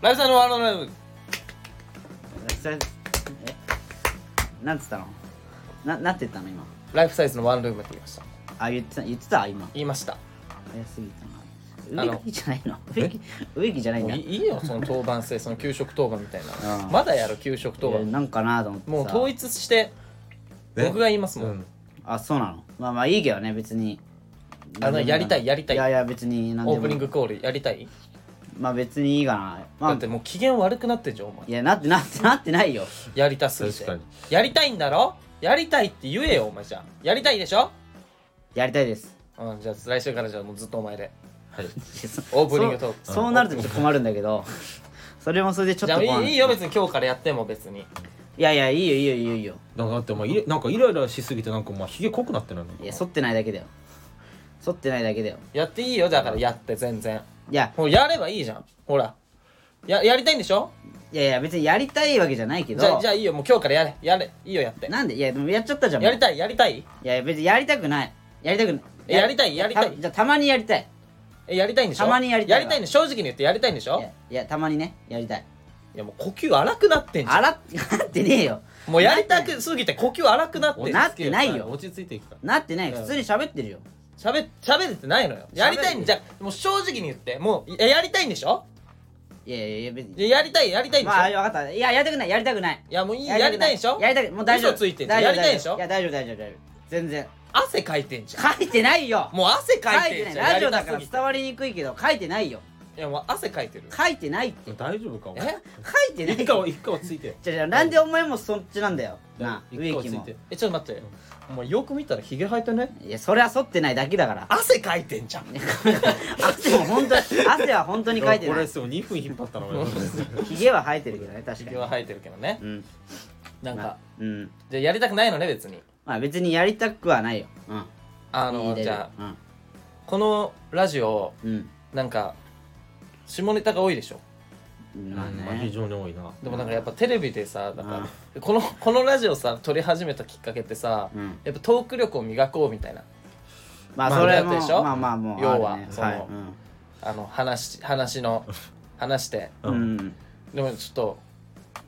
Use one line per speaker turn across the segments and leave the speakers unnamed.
ライフさんのワールドライブ
久々えなんつったのななんて言ったの今
ライフサイズのワンルームって言いました
あ言ってた言ってた今
言いました
早すぎた
あ
な
の
植木じゃないの植木植木じゃないん
もう
だ
いいいよその当番制その給食当番みたいな
うん
まだやる給食当
いや
番
なんかなと思ってさ
もう統一して
え
僕が言いますもん、
うん
あそうなのまあまあいいけどね別に
あのやりたいやりたい
いやいや別に何でも
オープニングコールやりたい、
まあ別にいいかなま
だっ
あ
てもう機嫌悪くなってんじゃんお前
いやなってなってなってないよ
やりたすぎて
確かに
やりたいんだろやりたいって言えよお前じゃあやりたいでしょ
やりたいです
うんじゃあ来週からじゃあもうずっとお前で
はい
オープニングトーク
そうそうなるとちょっと困るんだけどそれもそれでちょっ
じ
と
ゃあ
困る
いいいいよ別に今日からやっても別に
いやいやいいよいいよいいよいいよ
なんかだってお前イラなんかイライラしすぎてなんかお前ひげ濃くなってないの
いや剃ってないだけだよ剃ってないだけだよ
やっていいよだからやって全然
いや
もうやればいいじゃんほらややりたいんでしょ
いやいや別にやりたいわけじゃないけど
じゃあじゃあいいよもう今日からやれやれいいよやって
なんでいやでもやっちゃったじゃん
やり
い
たいやりたい
やいや別にやりたくないやりたくない
えやりたいやりたい
じゃあたまにやりたい
えやりたいんでしょ
たまにやりたいわ
やりたいの正直に言ってやりたいんでし
い
ょ
やいやたまにねやりたい
いやもう呼吸荒くなってんじゃ
洗っ なってねえよ
んもうやりたくすぎて呼吸荒くなってん
なってないよ
落ち着いていくから
なってない普通に喋ってるよ
喋っ喋れてないのよやりたい
喋れ
んじゃもう正直に言ってもういややりたいんでしょ
いやいやいや別に
いややりたいやりたいんでしょ、
まあ分かったいややりたくないやりたくない
いやもういいやりたいでしょ
やりたくもう大丈夫
嘘ついてんじゃん
大丈夫
やりたいでしょ
大丈夫いや大丈夫大丈夫大丈夫全然
汗かいてんじゃん
書いてないよ
もう汗
書
かい
い
て
て
んじゃん
ないラジ
や
オだ
りた
から
すぎて
伝わりにくいけど書いてないよ
いやもう汗かいてる
書いてないって
大丈夫かお前
え
書いてない
一回は一回はついてよ
じゃあじゃあなんでお前もそっちなんだよなあ
一回
植
はつ
木
い
も
て
えちょっと待ってお前よく見たらヒゲ生えてね
いやそれは剃ってないだけだから
汗かいてんじゃん
汗も本当に汗は本当に書いてな
俺
い
そう2分引っ張ったの俺
ひげは生えてるけどね確
ヒ
か
ゲ
に
は生えてるけどね
うん
なん
まあ
か
うん
じゃあやりたくないのね別に
まあ別にやりたくはないようん
あのじゃあ
あ
このラジオ
うん
なんか下ネタが多いでしょ
うんまあ
まあ非
ね
常に多いな
でもなんかやっぱテレビでさだからこのこのラジオさ撮り始めたきっかけってさ、
うん
やっぱトーク力を磨こうみたいな
まあ
まあ
それ
だってでしょ
もまあまあもう
要は
あるね
その
いうん
あの話話の話して
う
うんん
でもちょっと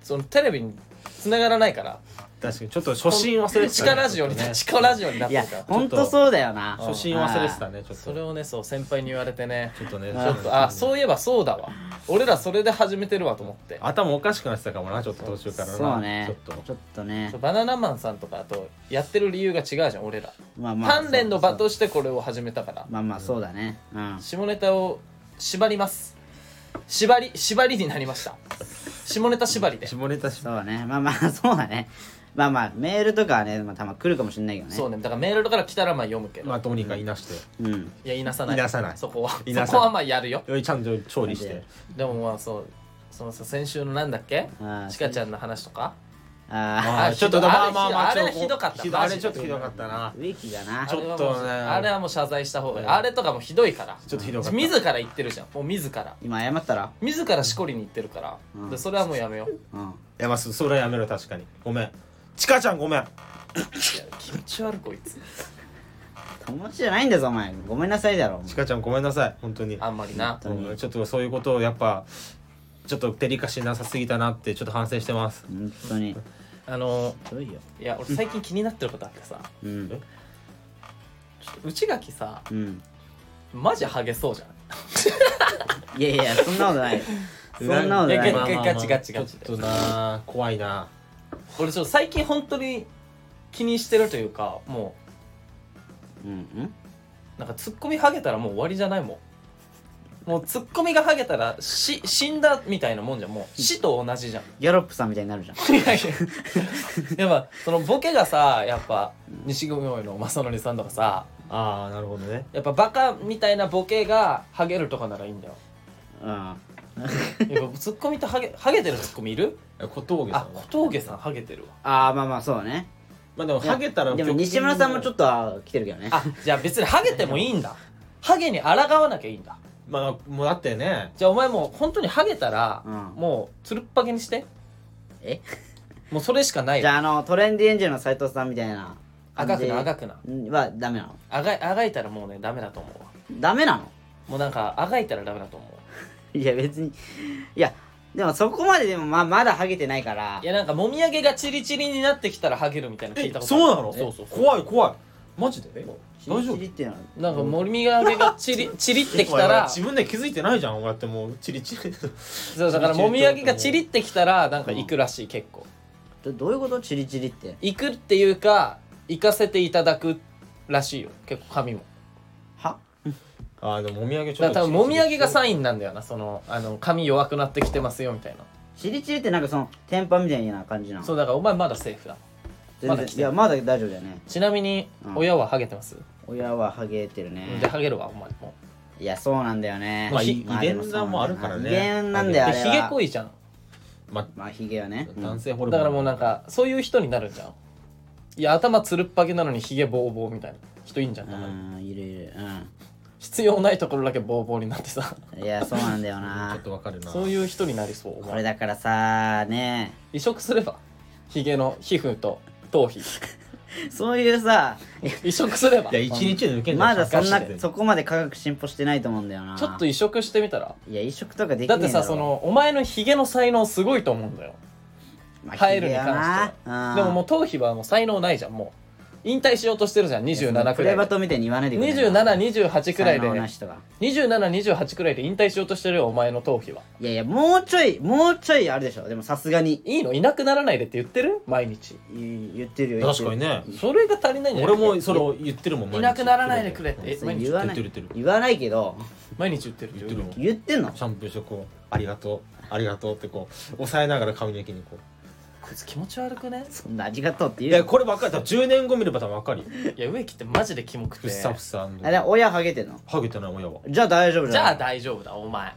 そのテレビに繋がらないから
確かにちょっと初心忘れて
地下
た
ラジオに地下ラジオになっ
い
て
や
るから
ほんとそうだよな
初心忘れてたねちょっ
そ
と
れをねそう先輩に言われてね
ちょっとね
ちょっとあそうういえばそうだわ俺らそれで始めてるわと思って
頭おかしくなってたかもなちょっと途中からな
そうね
ちょっと
ちょっとね
バナナマンさんとかとやってる理由が違うじゃん俺ら
まあまあ
鍛錬の場としてこれを始めたから
まあまあそうだねうん
下ネタを縛ります縛り縛りになりました下ネタ縛りで
下ネタし
そうだねまあまあ そうだねまあまあメールとかはねまあたま来るかもしれないけどね
そうねだからメールから来たらまあ読むけど、
まあどうにかいなして
う
い
ん
や言いなさない
いなさない
そこ はい
なさ
そ
ない
こはまあやるよ
よりちゃんと調理して
でもまあそうそのさ先週のなんだっけ
あー
ちかちゃんの話とか
あ
あ
あ
ーちょっと
ひどい
まあまあまあ
あれ
ちょっと
ひどかった
ひどいあ
マジ
れ
で
ちょっとひどかったな
あ植木がな
ちょっとね
あれはもう謝罪した方がいい、
うん
あれとかもひどいから
ちょっとひどかった
自ら言ってるじゃんもう自ら
今謝ったら
自らしこりに行ってるから、
うん
でそれはもうやめよう
うん
いやまあそそれはやめろ確かにごめんちかちゃんごめん
いや気持ち悪いこいつ
友達じゃないんだぞお前ごめんなさいだろお前
ちかちゃんごめんなさい本当に
あんまりな
当に
うんちょっとそういうことをやっぱちょっとデリカシーなさすぎたなってちょっと反省してます
本当に
あの
ひどいよ
いや俺最近気になってることあってさ
うん
ちょっと内垣さ
うん
マジハゲそうじゃん
いやいやそんなことないよそんなこと
い
な
や
い
いや
よ
いやガチガチガチ
ちょっとなあ怖いな
俺ちょっと最近本当に気にしてるというかも
うんうん
うなんかツッコミハゲたらもう終わりじゃないもんもうツッコミがハゲたらし死んだみたいなもんじゃんもう死と同じじゃん
ギャロップさんみたいになるじゃん
いやいややっぱそのボケがさやっぱ西組大井の正則さんとかさ
ああなるほどね
やっぱバカみたいなボケがハゲるとかならいいんだよ
うん
やっぱツッコミってハゲハゲてるツッコミいる
え小峠さん
あ
は
小峠さんハゲてるわ
ああまあまあそうね
まあでもハゲたら
でも西村さんもちょっ
っと
とは来てるけどね
あじゃあ別にハゲてもいいんだハゲに抗わなきゃいいんだ
まあもうだってね
じゃあお前もう本当にハゲたら、
うん
もうつるっぱげにして
え
もうそれしかない
じ
よ
ゃああのトレンディエンジェルの斎藤さんみたいな
赤くな
赤
赤くな
はダメなの
あがいあがいたらもうねダメだと思うわ
ダメなの
もうなんかあがいたらダメだと思う
いや別にいやでもそこまででもままだハゲてないから
いやなんかもみあげがチリチリになってきたらハゲるみたいなの聞いたことある
そうなの
そうそうそう
怖い怖いマジで
チ
大
リ
丈夫
チリってな
なんかもみあげがチリチリってきた
お前
ら
自分で気づいてないじゃんこうやってもうチリチリ
そうだからもみあげがチリってきたらなんか行くらしい結構
どどういうことチリチリって
行くっていうか行かせていただくらしいよ結構髪も
は
あーでももみあげちょ
だ
っ
か
と
ら多分もみあげがサ
イ
インなんだよなそのあの髪弱くなってきてますよみたいな
チリチリってなんかその天パみたいな感じなの
そうだからお前まだセーフだ
全
ま
然
だ来て
い
ない
やまだ大丈夫だよね
ちなみに
うん
親はハゲてます、
親はハゲてるね
でハゲるわお前も
いやそうなんだよね
まあい
で
遺伝だもあるからね
遺伝なんだよあ
で
れ
ヒ
は
ゲ濃いじゃん
ま
まあヒゲはねうん
男性ホルモン
だからもうなんかそういう人になるじゃんいや頭つるっぱげなのにヒゲボーボーみたいな人いんじゃんたまに
うんいるいる
必要ないところだけボーボーになってさ
うんいやそうなんだよ
ちょ
な
っとわかるな
そういう人になりそうお
これ
前
だからさね
移植すればヒゲの皮膚と頭 皮
そういうさ
移植すれば
いや一日で抜けんじゃ
まだそんな
ガチで
そこまで科学進歩してないと思うんだよな
ちょっと移植してみたら
いや移植とかでき
だ
ねえ
ってさそのお前のヒゲの才能すごいと思うんだよ生えるに関してはでもも
う
う頭皮はもう才能ないじゃんもう引退しようとしてるじゃん27く
プ
ら
レ
い
バ
で
トみたいに言わないでくれ
2728くらいで
才能な人が
2728くらいで引退しようとしてるよお前の頭皮はい
やいやもうちょいもうちょいあるでしょでもさすがに
いいのいなくならないでって言ってる毎日
い言ってるよ
確かにね
それが足りないんじゃな
俺
い
もそれを言ってるもん
いなくならないでくれってえ
言
毎
って
日
る言わない
言ってる言って
言わないけど
毎日言ってる
言ってるもん
言ってんの
シャンプーしてこうありがとうありがとうってこう押さえながら髪の毛にこう
こいつ気持ち悪くね
そんなありがとうって
い
言う
や
の
こればっかりだ10年後見れば多分わかるよ
いや植木ってマジでキモく
ふ
て
っさ
じ
ふさの
あれ親ハゲてんの
ハゲてない親は
じゃあ大丈夫じゃん
ゃあ大丈夫だお前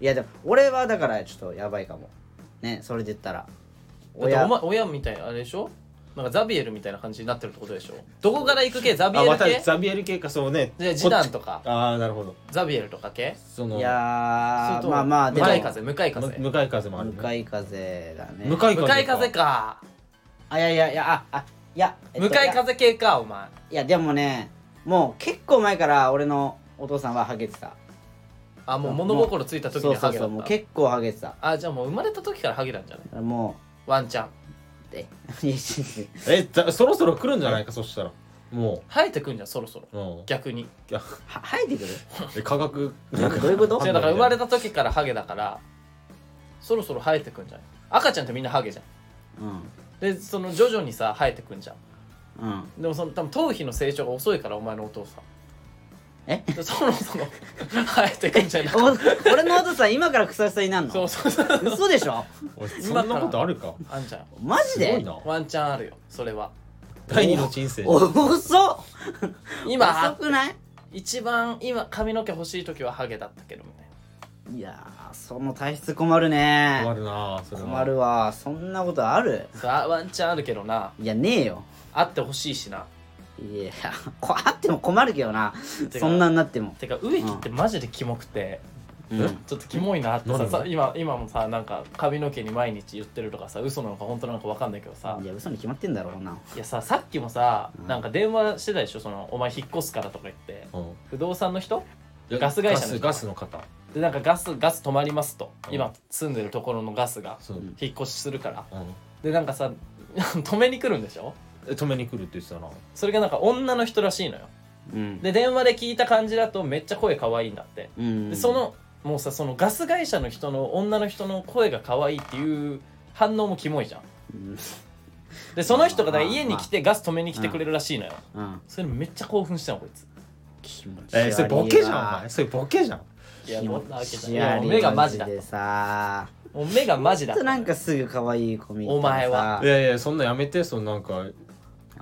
いやでも俺はだからちょっとやばいかもねそれで言ったら
だって
親
お前親みたいなあれでしょなんかザビエルみたいな感じになってるってことでしょどこから行く系ザビ
あ
エ
ま
ル
た
系
ザビエル系かそうね
でジダン
こと
か
っちああなるほど
ザビエルとか系
その
い
それ
やー
と
まあまあ
向
で
かい
も
風向かい風
む向かい風もある
向
ね
かい風だね
向かい風
向かい風か
あいやいやいやああいや、えっと
向かい風系かお前
いやでもねもう結構前から俺のお父さんはハゲてた
あもう物心ついた時
そ
に
うそ
ハ
う
ゲ
そ
だ
うも
っ
う
た
結構ハゲてた
あじゃあもう生まれた時からハゲなんじゃない
も
ワンちゃん
うえ いやいやいや
えだそろそろ来るんじゃないかそしたらも
生えてくんじゃんそろそろ
ううん
逆に
は生えてくる
え科学
どういうこと
違うだから生まれ
た
た時からハゲだからそろそろ生えてくんじゃない赤ちゃんってみんなハゲじゃん
う
でその徐々にさ生えてくんじゃん
んうん
でもその多分頭皮の成長が遅いからお前のお父さん
え
でそろそろ 生えてくんじゃない
お俺のお父さん今からふさふさになる
そう
の
そうそう
嘘でしょ
そんなことあるか
あんちゃん
マジ
すごい
で
な
ワンチャンあるよそれは
第二の人生
お遅っ
今
遅くない
一番今髪の毛欲しい時はハゲだったけどみたいない
やーその体質困るね
困るなそれは
困るわそんなことある
さワンチャンあるけどない
やねえよ
あってほしいしない
やこあっても困るけどな
てか
そんなんなっても
てか植木ってマジでキモくて、
うん
ちょっとキモいなって
な
さ
に
さ今今もさなんか髪の毛に毎日言ってるとかさ嘘なのか本当なのか分かんないけどさ
いや嘘に決まってんだろこんなの
いやささっきもさ
うん
なんか電話してたでしょそのお前引っ越すからとか言って
うん
不動産の人
え
ガス会社の人
ガスガスの方
でなんかガスガス止まりますと
うん
今住んでるところのガスが
そう
引っ越しするから
うん
でなんかさ 止めに来るんでしょ
え止めに来るって言ってたな
それがなんか女の人らしいのよ
うん
で電話で聞いた感じだとめっちゃ声可愛いんだって
うん
でそのもうさそのガス会社の人の女の人の声が可愛いっていう反応もキモいじゃん
うん
でその人がだから
まあ
家に来てガス止めに来てくれるらしいのよ
うん
それめっちゃ興奮したのこいつ
気持ち悪いわ
えそれボケじゃんお前それボケじゃん
いや
気
も
持
うなわけじゃん
ち
いや
悪
も
いう
目がマジだ
でさ
もう目がマジだ
ちょっとなんかすぐ可愛い子見たらさ
お前はい
やいやそんなやめてそのなんか
はい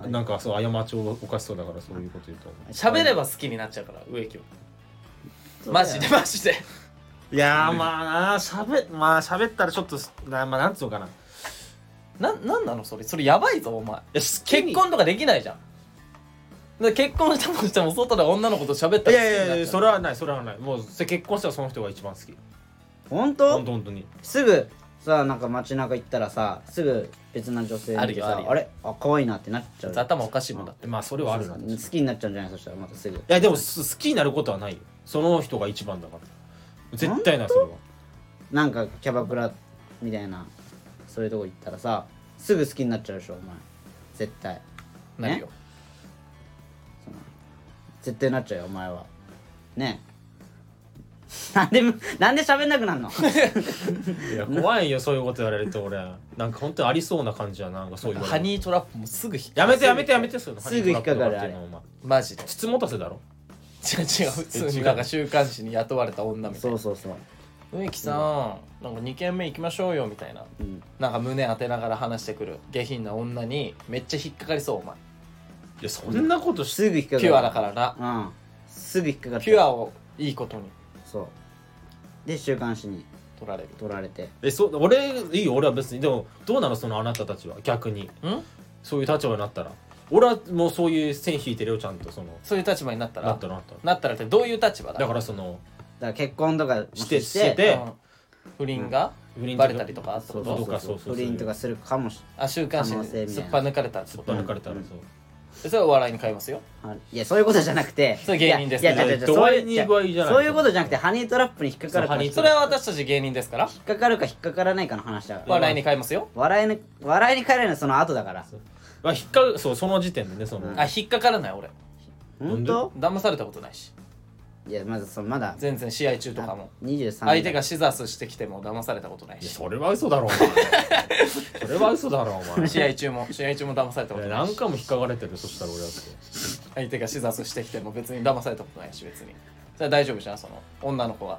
なんかそう過ちを犯しそうだからそういうこと言うと
喋れば好きになっちゃうから植木をマジでマジで
いやーまあなしゃべまあしゃべったらちょっとなまあなんつうのかない
なんなんなのそれそれやばいぞお前
や
結婚とかできないじゃんだから結婚したとしても外で女の子と喋った
い
ら
やいやいやそれ
は
はないそれはないもうそれ結婚したらその人が一番好き
本
本
当
当本当に
すぐさなんか街中行ったらさすぐ別な女性
ある
に
よある
さ
よ
あれあ可愛いなってなっちゃう
頭おかしいもんだって
まあそれはあるな
好きになっちゃうんじゃないそしたらまたすぐ
いやでもす好きになることはないよその人が一番だから絶対ないそれは
なんかキャバクラみたいなそういうとこ行ったらさすぐ好きになっちゃうでしょお前絶対
なるよ
絶対なっちゃうよお前はねえなんでなんで喋んなくなるの
いや怖いよそういうこと言われると俺なんか本当にありそうな感じやななんかそういう
ハニートラップもすぐ引っ
やめてやめてやめてそういうの
すぐ引っかかる
ハニートラップとっていうのお前
マジで
筒持たせだろ
違う違う普通になんか週刊誌に雇われた女みたい
そう
な
そうそう、
「植木さんなんか2軒目行きましょうよ」みたいな
うん、
なんか胸当てながら話してくる下品な女にめっちゃ引っかかりそうお前
いやそんなことし
すぐ引っかかる
ピュアだからな
うんすぐ引っかかって
ピュアをいいことに
そうで週刊誌に
取られる
取られて
えそ俺いいよ俺は別にでもどうなのそのあなたたちは逆に
ん
そういう立場になったら俺はもうそういう線引いてるよちゃんとその
そういう立場になったら
なったらなったら
なったらってどういう立場だ
だからその
だから結婚とか
して
も
してて
うん不倫が
不倫と
バ
か
レたりとかって
そ
こ
う
と
そうそう
そうそうそう
不倫とかするかもし
あ週刊誌
可
に
能性みたい
す
な
っぱ抜かれたって
すっ
こ
ぱ
と
抜かれたらそう
それはお笑いに変えますよ
あいやそういうことじゃなくて
それ芸人です
いやいや
い
違
や
う違う
度
そう
合
い
いうに具合じゃない
そういうことじゃなくてハニートラップに引っかかる
そう
か
ハニ
引
ート
そ
っ
れは私たち芸人ですから
かかるか引っかからないかの話だから
笑いに変えますよ
笑いに笑いに変えるのはその後だから
そうまあ引っかかそうその時点でねその、
うん
あ引っかからない俺
本当
騙されたことないし
いやまずそのまだ
全然試合中とかも
23
相手がシザースしてきても騙されたことない
いや
し
それは嘘だろお前それは嘘だろお前
試合中も試合中も騙されたこと
いや
ない
何
し
回も引っかかれてるそしたら俺だって
相手がシザースしてきても別に騙されたことないし別にそれは大丈夫じゃんその女の子が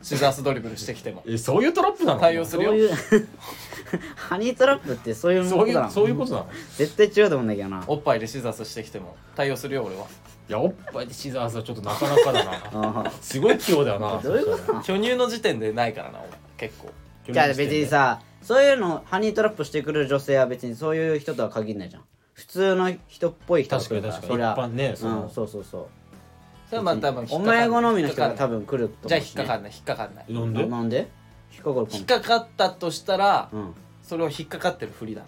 シザースドリブルしてきても
えそういうトラップなの
対応す
そ
る
う
よ
いう ハニートラップってそういう
そ
こ
う
と
い
な
う
の
そういうことなの
絶対違うと思うんだけどな
おっぱいでシザースしてきても対応するよ俺はい
やおっぱいでシザーズはちょっとなかなかだな
あ
すごい器用だよな
あどういうこ
そ
と
したら
なの
巨乳の時点でないからな俺結構
じゃあ別にさそういうのハニートラップしてくる女性は別にそういう人とは限らないじゃん普通の人っぽい人が来るから
確かに
そりゃ
確かに一般ね
うん
その
そうそうそう
それはまあ多分引っか
お
かんない
前好みの人が多
引っかかんない
分来ると思う
じゃあ引っかか
ん
んない引っかかんない
なん
な
で
なんで引っかかるかも
引っかかったとしたら
うん
それを引っかかってるふりだな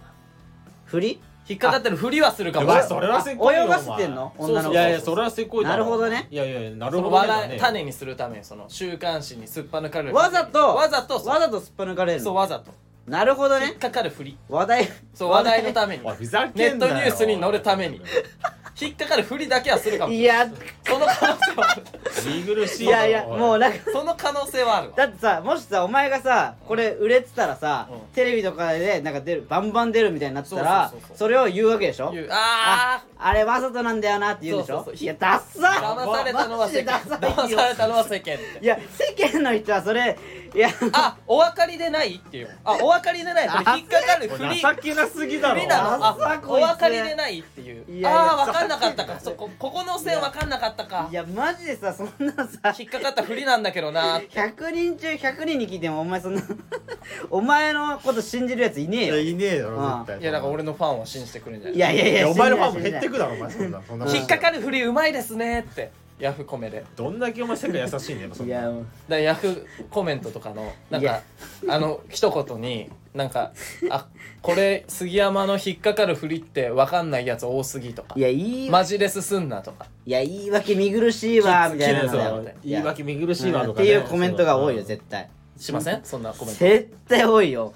振り
引っかかってるふりはするかも
い
な
やそれはせっこいよ
泳がせてんの
お前
女の子
そうそういやいやそれはせっこいだ
な
ろ
るほどね
いやいやいやなる
その
ほどね
笑い
だね
種にするためその週刊誌にすっぱ抜かれる
わざと
わざとそう
わざとすっぱ抜かれる
そう
の
わざと
なるほど
引っ
ね
かかるふり
話題
そう話題のために
おいふざけんなよ
ネットニュースに載るために引っかかるふりだけはするかも
いや
その可能性はある
見苦し
い
いだろ
やいや
お
もうなんか
その可能性はあるわ
だってさもしさお前がさこれ売れてたらさ、
うん
テレビとかでなんか出るバンバン出るみたいになってたらそ
そうそうそうそう
れを言うわけでしょ
言うあ
あれわざとなんだよなって言うでしょ
そうそうそう
いやダッサ
あ騙されたのは世間
マジでダサ
騙
いよ
されたのは世間って
いや世間の人はそ れいや
あお分かりでないっていうあお分かりでないこれ引っかかるふり
情けなすぎだ
不
ろ
利なの
あそう
あ
こ
お
いつ
分かりでないっていう
いやいや
ああ分かんなかったか
そ
そうこここの線分かんなかったか
いやマジでさそんなさ
引っかかったふりなんだけどなって
100人中100人に聞いてもお前 そんなお前のこと信じるやついねえ
い
よ
やいねえだろ
ああ
絶対
いやだから俺のファンは信じてくるんじゃない
いやいやい
い
や
やお前のファンも
信じ
減
な
っ
い
てくだろお前そんなそんな
引っかかるふりうまいですねってヤフコメでだか
どんだけお前世界優しいんだよそ
信じな
んな
いいや
らヤフコメントとかのなん
いや
かあの一言になんか「あこれ杉山の引っかかるふりって分かんないやつ多すぎ」とか
いや
「
いい
マジで進んな」とか
いや言い訳見苦しいわみたいなの
きつい
だ
そ
よ
うだ
言い訳見苦しいわと
っ
か
て
ね
いうコメントが多いよ
そう
絶対
しませんそんなコメント
絶対多いよ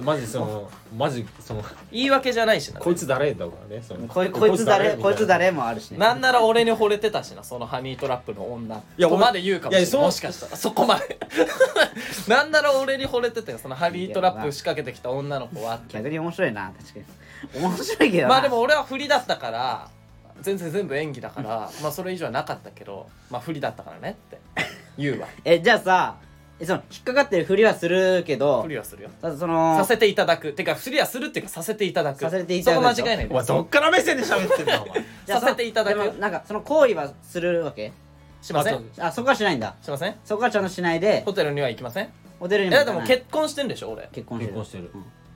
マジそのマジその
言い訳じゃないしな
こいつ誰だからねその
こいこいつ誰こいつ誰もあるしね
なんなら俺に惚れてたしなそのハニートラップの女
い
そ
や
こまで言うかもしれ
いや
な
そう
いもしかしたらそこまで なんなら俺に惚れてたよそのハニートラップ仕掛けてきた女の子はって
逆に面白いな確かに面白いけどな
まあでも俺は振りだったから全然全部演技だからまあそれ以上はなかったけどまあ振りだったからねって言うわ
えじゃあさえその引っかかってるふりはするけど
振りはするよ
さその
させていただくてか振りはするっていうかさせていただく
させていただくでし
そ
ょ
こ間違いない
お前どっから目線で喋ってんだお前
じゃあそ
させていただく
でもなんかその行為はするわけ
しませ
あそうん
あそこはしないんだ
しません
そこはちゃんとしないで
ホテルには行きません
ホテル
え
に
だ
も
って
行か
も
な
う
い
結婚してんでしょ俺
結婚して
結
る
婚してる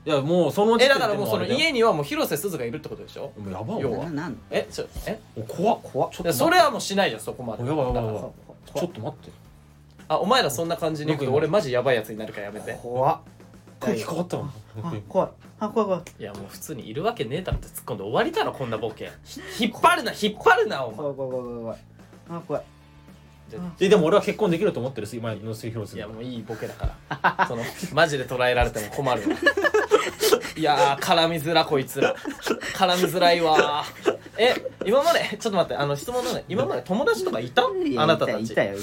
いやもうその時
え
点で
だからもうその
あれだよ
家にはもう広瀬すずがいるってことでしょ
もうやばい
要
お
は
前
ななんだ
えちょえ
お怖っ怖っちょっ
いや
と
それはもうしないじゃんそこま
お
で
やばいやばいやば
だから
いちょっと待って
あお前らそんな感じに言うけど
僕今
俺マジやばいやつになるからやめて
怖っ
空気変わったわ
あ怖いあ怖い怖い
いやもう普通にいるわけねえだろって突っ込んで終わりだろこんなボケひ引っ張るな引っ張るなお前
怖い怖い怖い怖い怖いあ怖い
じゃあ
ででも俺は結婚できると思ってるし今の末広
い
瀬
や
さん
もういいボケだから そのマジで捉えられても困るわいやー絡みづらこいつら絡みづらいわーえ今までちょっと待ってあの質問なの今まで友達とかいた
いや
あなたた
い
ち
たいたよ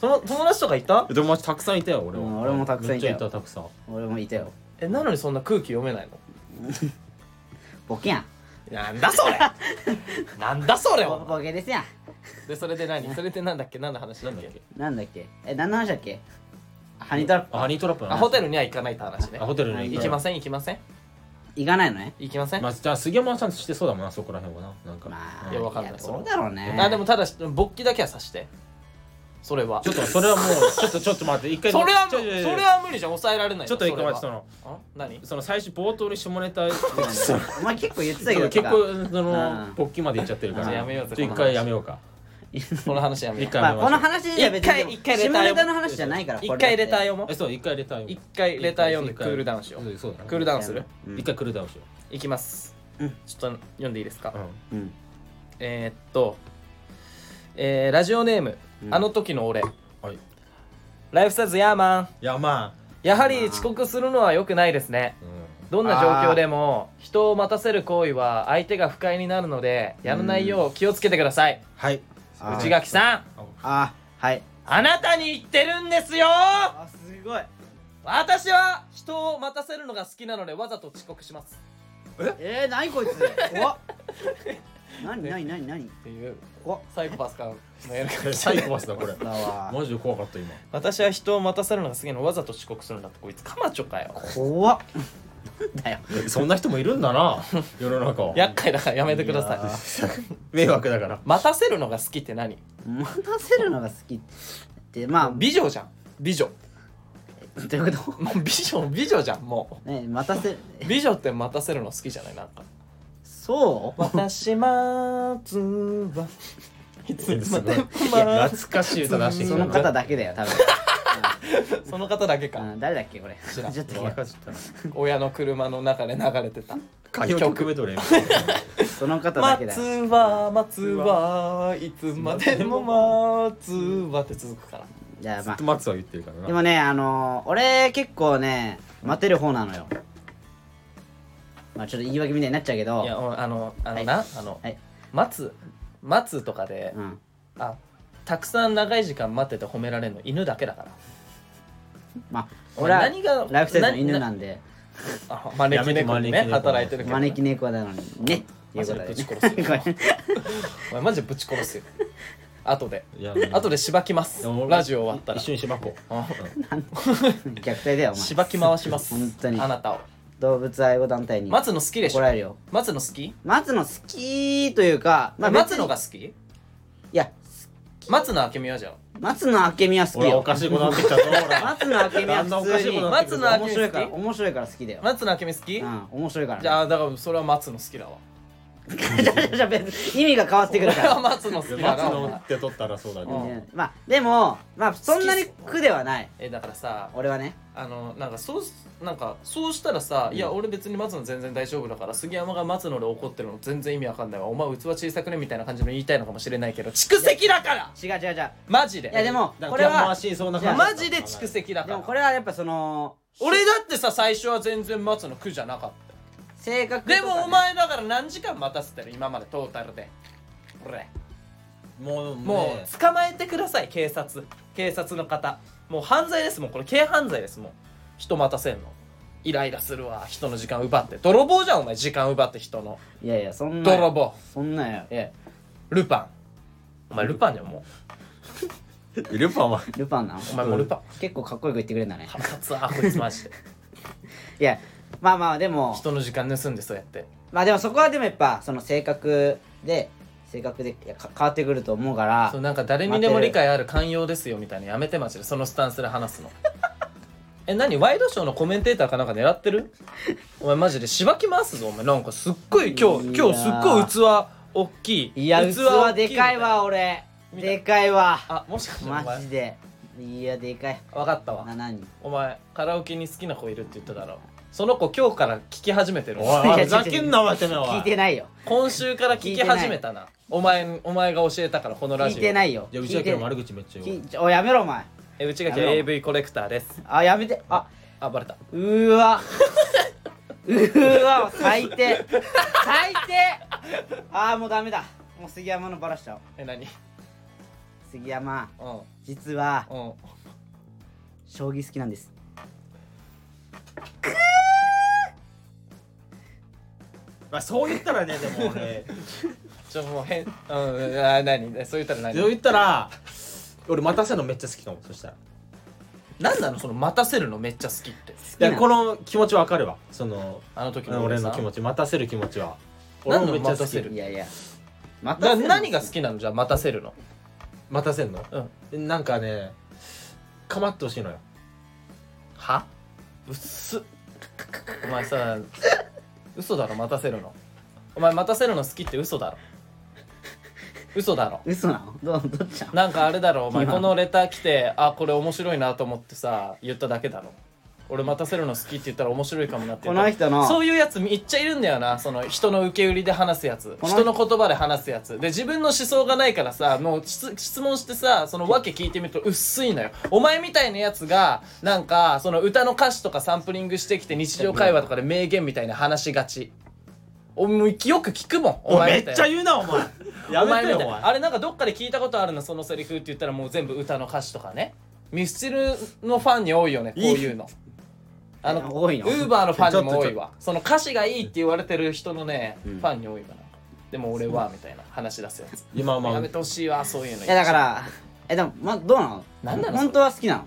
その友達とかいた
でもたくさんいたよ俺は、
うん俺もたくさんいたよ
めっちゃいたたくさん
俺もいたよ
えなのにそんな空気読めないの
ボケやん
なんだ それなんだそれ
ボボケですやん
でそれで何それでなんだっけ何の話なんだっけ
なんだっけえ何の話だっけハニートラップ
あハニートラップの
あ
話
ホテルには行かないって話ね
あホテルに
行きません行きません
行かないのね
行きません、
まあ、じゃあ杉山さんとしてそうだもんなそこら辺はななんか、
まあ
うん
いやわかんない
そうだろうね
あでもただし勃起だけはさしてそれは
ちょっとそれはもうちょっとちょっと待って一回
それは
ち
も
ょ
う
ち
そ
ょちょ
れは無理じゃん抑えられない
ちょっと一回待ってそ
の
の
何
その最初冒頭に下ネタ
お前結構言ってたけど
結構そ
うん
の勃起までいっちゃってるか
じ
ら
ゃあやめようぜ
ちょ
この話
一回やめようか
この話やめよ
一
う
回
まあ
やめ
この
ましょう
話じゃ別に
一回一回レ
下
ター
ネタの話じゃないから
一回レター読もう
えそう一回レター読む
一回レター読んで
一
ク
回
ールダウンしよう
そうそうだな
クールダウンする
うん
一回クールダウンしよ
いきます
うん
ちょっと読んでいいですか
う、
うん
えーっとえーラジオネーム
うん
あの時の俺
うんはいい
ライフサイズヤーマン
やま
やはり遅刻するのは良くないですね
あ、うん
どんな状況でも人を待たせる行為は相手が不快になるのでやらないよう気をつけてください
はい
あー
内垣さん
あはい
あなたに言ってるんですよ
あすごい
私は人を待たせるのが好きなのでわざと遅刻します
えー、何こいつ怖っ何何何何
っていう
怖っ
サイコパス感のやるかもし
サ
れ
イ
ない
コパスだこれ
だわ
マジで怖か った今
私は人を待たせるのが好きなのにわざと遅刻するんだってこいつカマチョかよ
怖っだよ
そんな人もいるんだな世の中は
厄介だからやめてください
いや
迷惑だから
待たせるのが好きって何
待たせるのが好きってまあ
美女じゃん美女
どういうこ
もう美女美女じゃんも
とね待たせ
う美女って待たせるの好きじゃないなんか
そう
私まずはいつまでも
懐
待
かしい歌出してき
そ
た
の
な
方だけだよ多分
つその方だけか、
うん誰だっけこれ
知らん
ちょっと
わかっちゃったな
親の車の中で流れてた
歌謡曲メドレーみたいな
その方だ
待
けだ
つ
よ
わ待つわいつまでも待つわって続くから
じゃあ
ず
ま
っ
あ
と松は言ってるから
で
な
もねあのー、俺結構ね待てる方なのよまあちょっと言い訳みたいになっちゃうけど
いやおあのあ
は
の
い
な、あの
はい
待つ待つとかで
うん
あたくさん長い時間待ってて褒められるの犬だけだから
まあ
俺
俺は
何が
ライフサイズの犬な
何
んで
あ招き猫に
や
ね
めて招き猫
働いてるけど、ね、
招き猫なのにねっていうことで
マジでぶち殺
ね
すよ
これ
お前マジでぶち殺すよ後で
いや
後でしばきます
でも俺
ラジオ終わったら
一緒にしばこ
あ
虐待だよお
し
前
ばき回します
本当に
あなたを
動物愛護団体に
待つの好きでし
怒
ょ
られるよ
待つの好き、
待つの好きというか、まあ、
待つの
別
が
に
好き
いや
松野明美はじゃ
松野明美は好き
うほら
よ
おかしいことなってきたぞほら
松野明美は
だんだんおか
普
し
通
いこ
に
と
なってくる
松野明美面白いから
松野明美好き
面白いから好きだよ
あ、松野明美好き、
うん面白いから、ね、
じゃあだからそれは松野好きだわ
じゃあじゃあ別に意味が変わってくる
俺
か
は
ら
松野好きだ
松
な
の
お
っ
前
て取ったらそうだけ
う
ど
ん
まあでもまあそんなに苦ではない
えだからさ
俺はね
あのなんかそうなんかそうしたらさ、いや俺別に松野全然大丈夫だから杉山が松野で怒ってるの全然意味わかんないわお前器小さくねみたいな感じの言いたいのかもしれないけど蓄積だから
違う違う違ういや
マジで
でも
だから
これは
回しそうな
じゃあ
マジで蓄積だか
で
ら
もこれはやっぱその
俺だってさ最初は全然待つの苦じゃなかった
性格と
で
かね
もお前だから何時間待たせてる今までトータルで俺
もう
も
ね
う捕まえてください警察警察の方もう犯罪ですもんこれ軽犯罪ですもん人待たせんのイライラするわ人の時間奪って泥棒じゃんお前時間奪って人の
いやいやそんな
泥棒
そんなよ
ええルパンお前ルパンじゃんも
ルパンは
ルパンなの
うお前もうルパン
結構かっこよく言ってくれるんだね
腹立つわこいつマジで
いやまあまあで も
人の時間盗んでそうやって
まあでもそこはでもやっぱその性格で性格でいやか変わってくると思うから
そうなんか誰にでも理解ある寛容ですよみたいなやめてマジでそのスタンスで話すの え何ワイドショーのコメンテーターかなんか狙ってるお前マジでしばき回すぞお前なんかすっごい今日
いや
今日すっごい器大きい
いや
大き
器でかいわ俺
みたいな
でかいわ
あもしかしてお前
マジでいやでかい
分かったわ
な何
お前カラオケに好きな子いるって言っただろその子今日から聞き始めてる
おい
いや
ふざけんなわてめえおい
聞いてないよ
今週から聞き始めたなお前お前が教えたからこのラ
聞
ジオ
いてないよ
いや
聞
内
い
垣
て
の悪口めっちゃ言おう
きおやめろお前
え内垣
やめろ
AV コレクターです
あやめてあ
あバレた
うーわうーわ最低最低ああもうダメだもう杉山のバラしちゃおう
え何
杉山
うん
実は
うん
将棋好きなんです
まあそう言ったらねでも俺
ちょもう変うんあ何そう言ったら
そう
何
言ったら俺待たせるのめっちゃ好きかもそしたら
何なのその待たせるのめっちゃ好きって
いや
好きなの
この気持ちわかるわその
あの時の
俺の
さ
気持ち待たせる気持ちは俺
何
も
の
めっちゃ
待
好
た
き
せる
いやいやま
だ
た
から何が好きなのじゃあ待たせるの
待たせんの
うん
なんかねかまってほしいのよ
はうっすお前さ嘘だろ待たせるのお前待たせるの好きって嘘だろ嘘だろ
嘘なのどうどっちなの
なんかあれだろお前
今
このレター来てあこれ面白いなと思ってさ言っただけだろ俺待たせるの好きって言ったら面白いかもなって
こ
言った
の人の
そういうやつめっちゃいるんだよなその人の受け売りで話すやつ
この人
人の言葉で話すやつで自分の思想がないからさもう質質問してさその訳聞いてみると薄いのよお前みたいなやつがなんかその歌の歌詞とかサンプリングしてきて日常会話とかで名言みたいな話しがちおもうよく聞くもんお前
め
みた
っ
い
ち
な
ゃ言うな お前や
お前
め
み
て
た
よ
い
お
な
前
あれなんかどっかで聞いたことあるのそのセリフって言ったらもう全部歌の歌詞とかねミスチルのファンに多いよねこういうのあの
多いの
ウーバーのファンにも多いわその歌詞がいいって言われてる人のね、
うん
ファンに多いわなでも俺はみたいな話し出すやつ
今まあ
やめてほしいわそういうの
いやだからえでもまどうなの
なんなの
本当は好きなの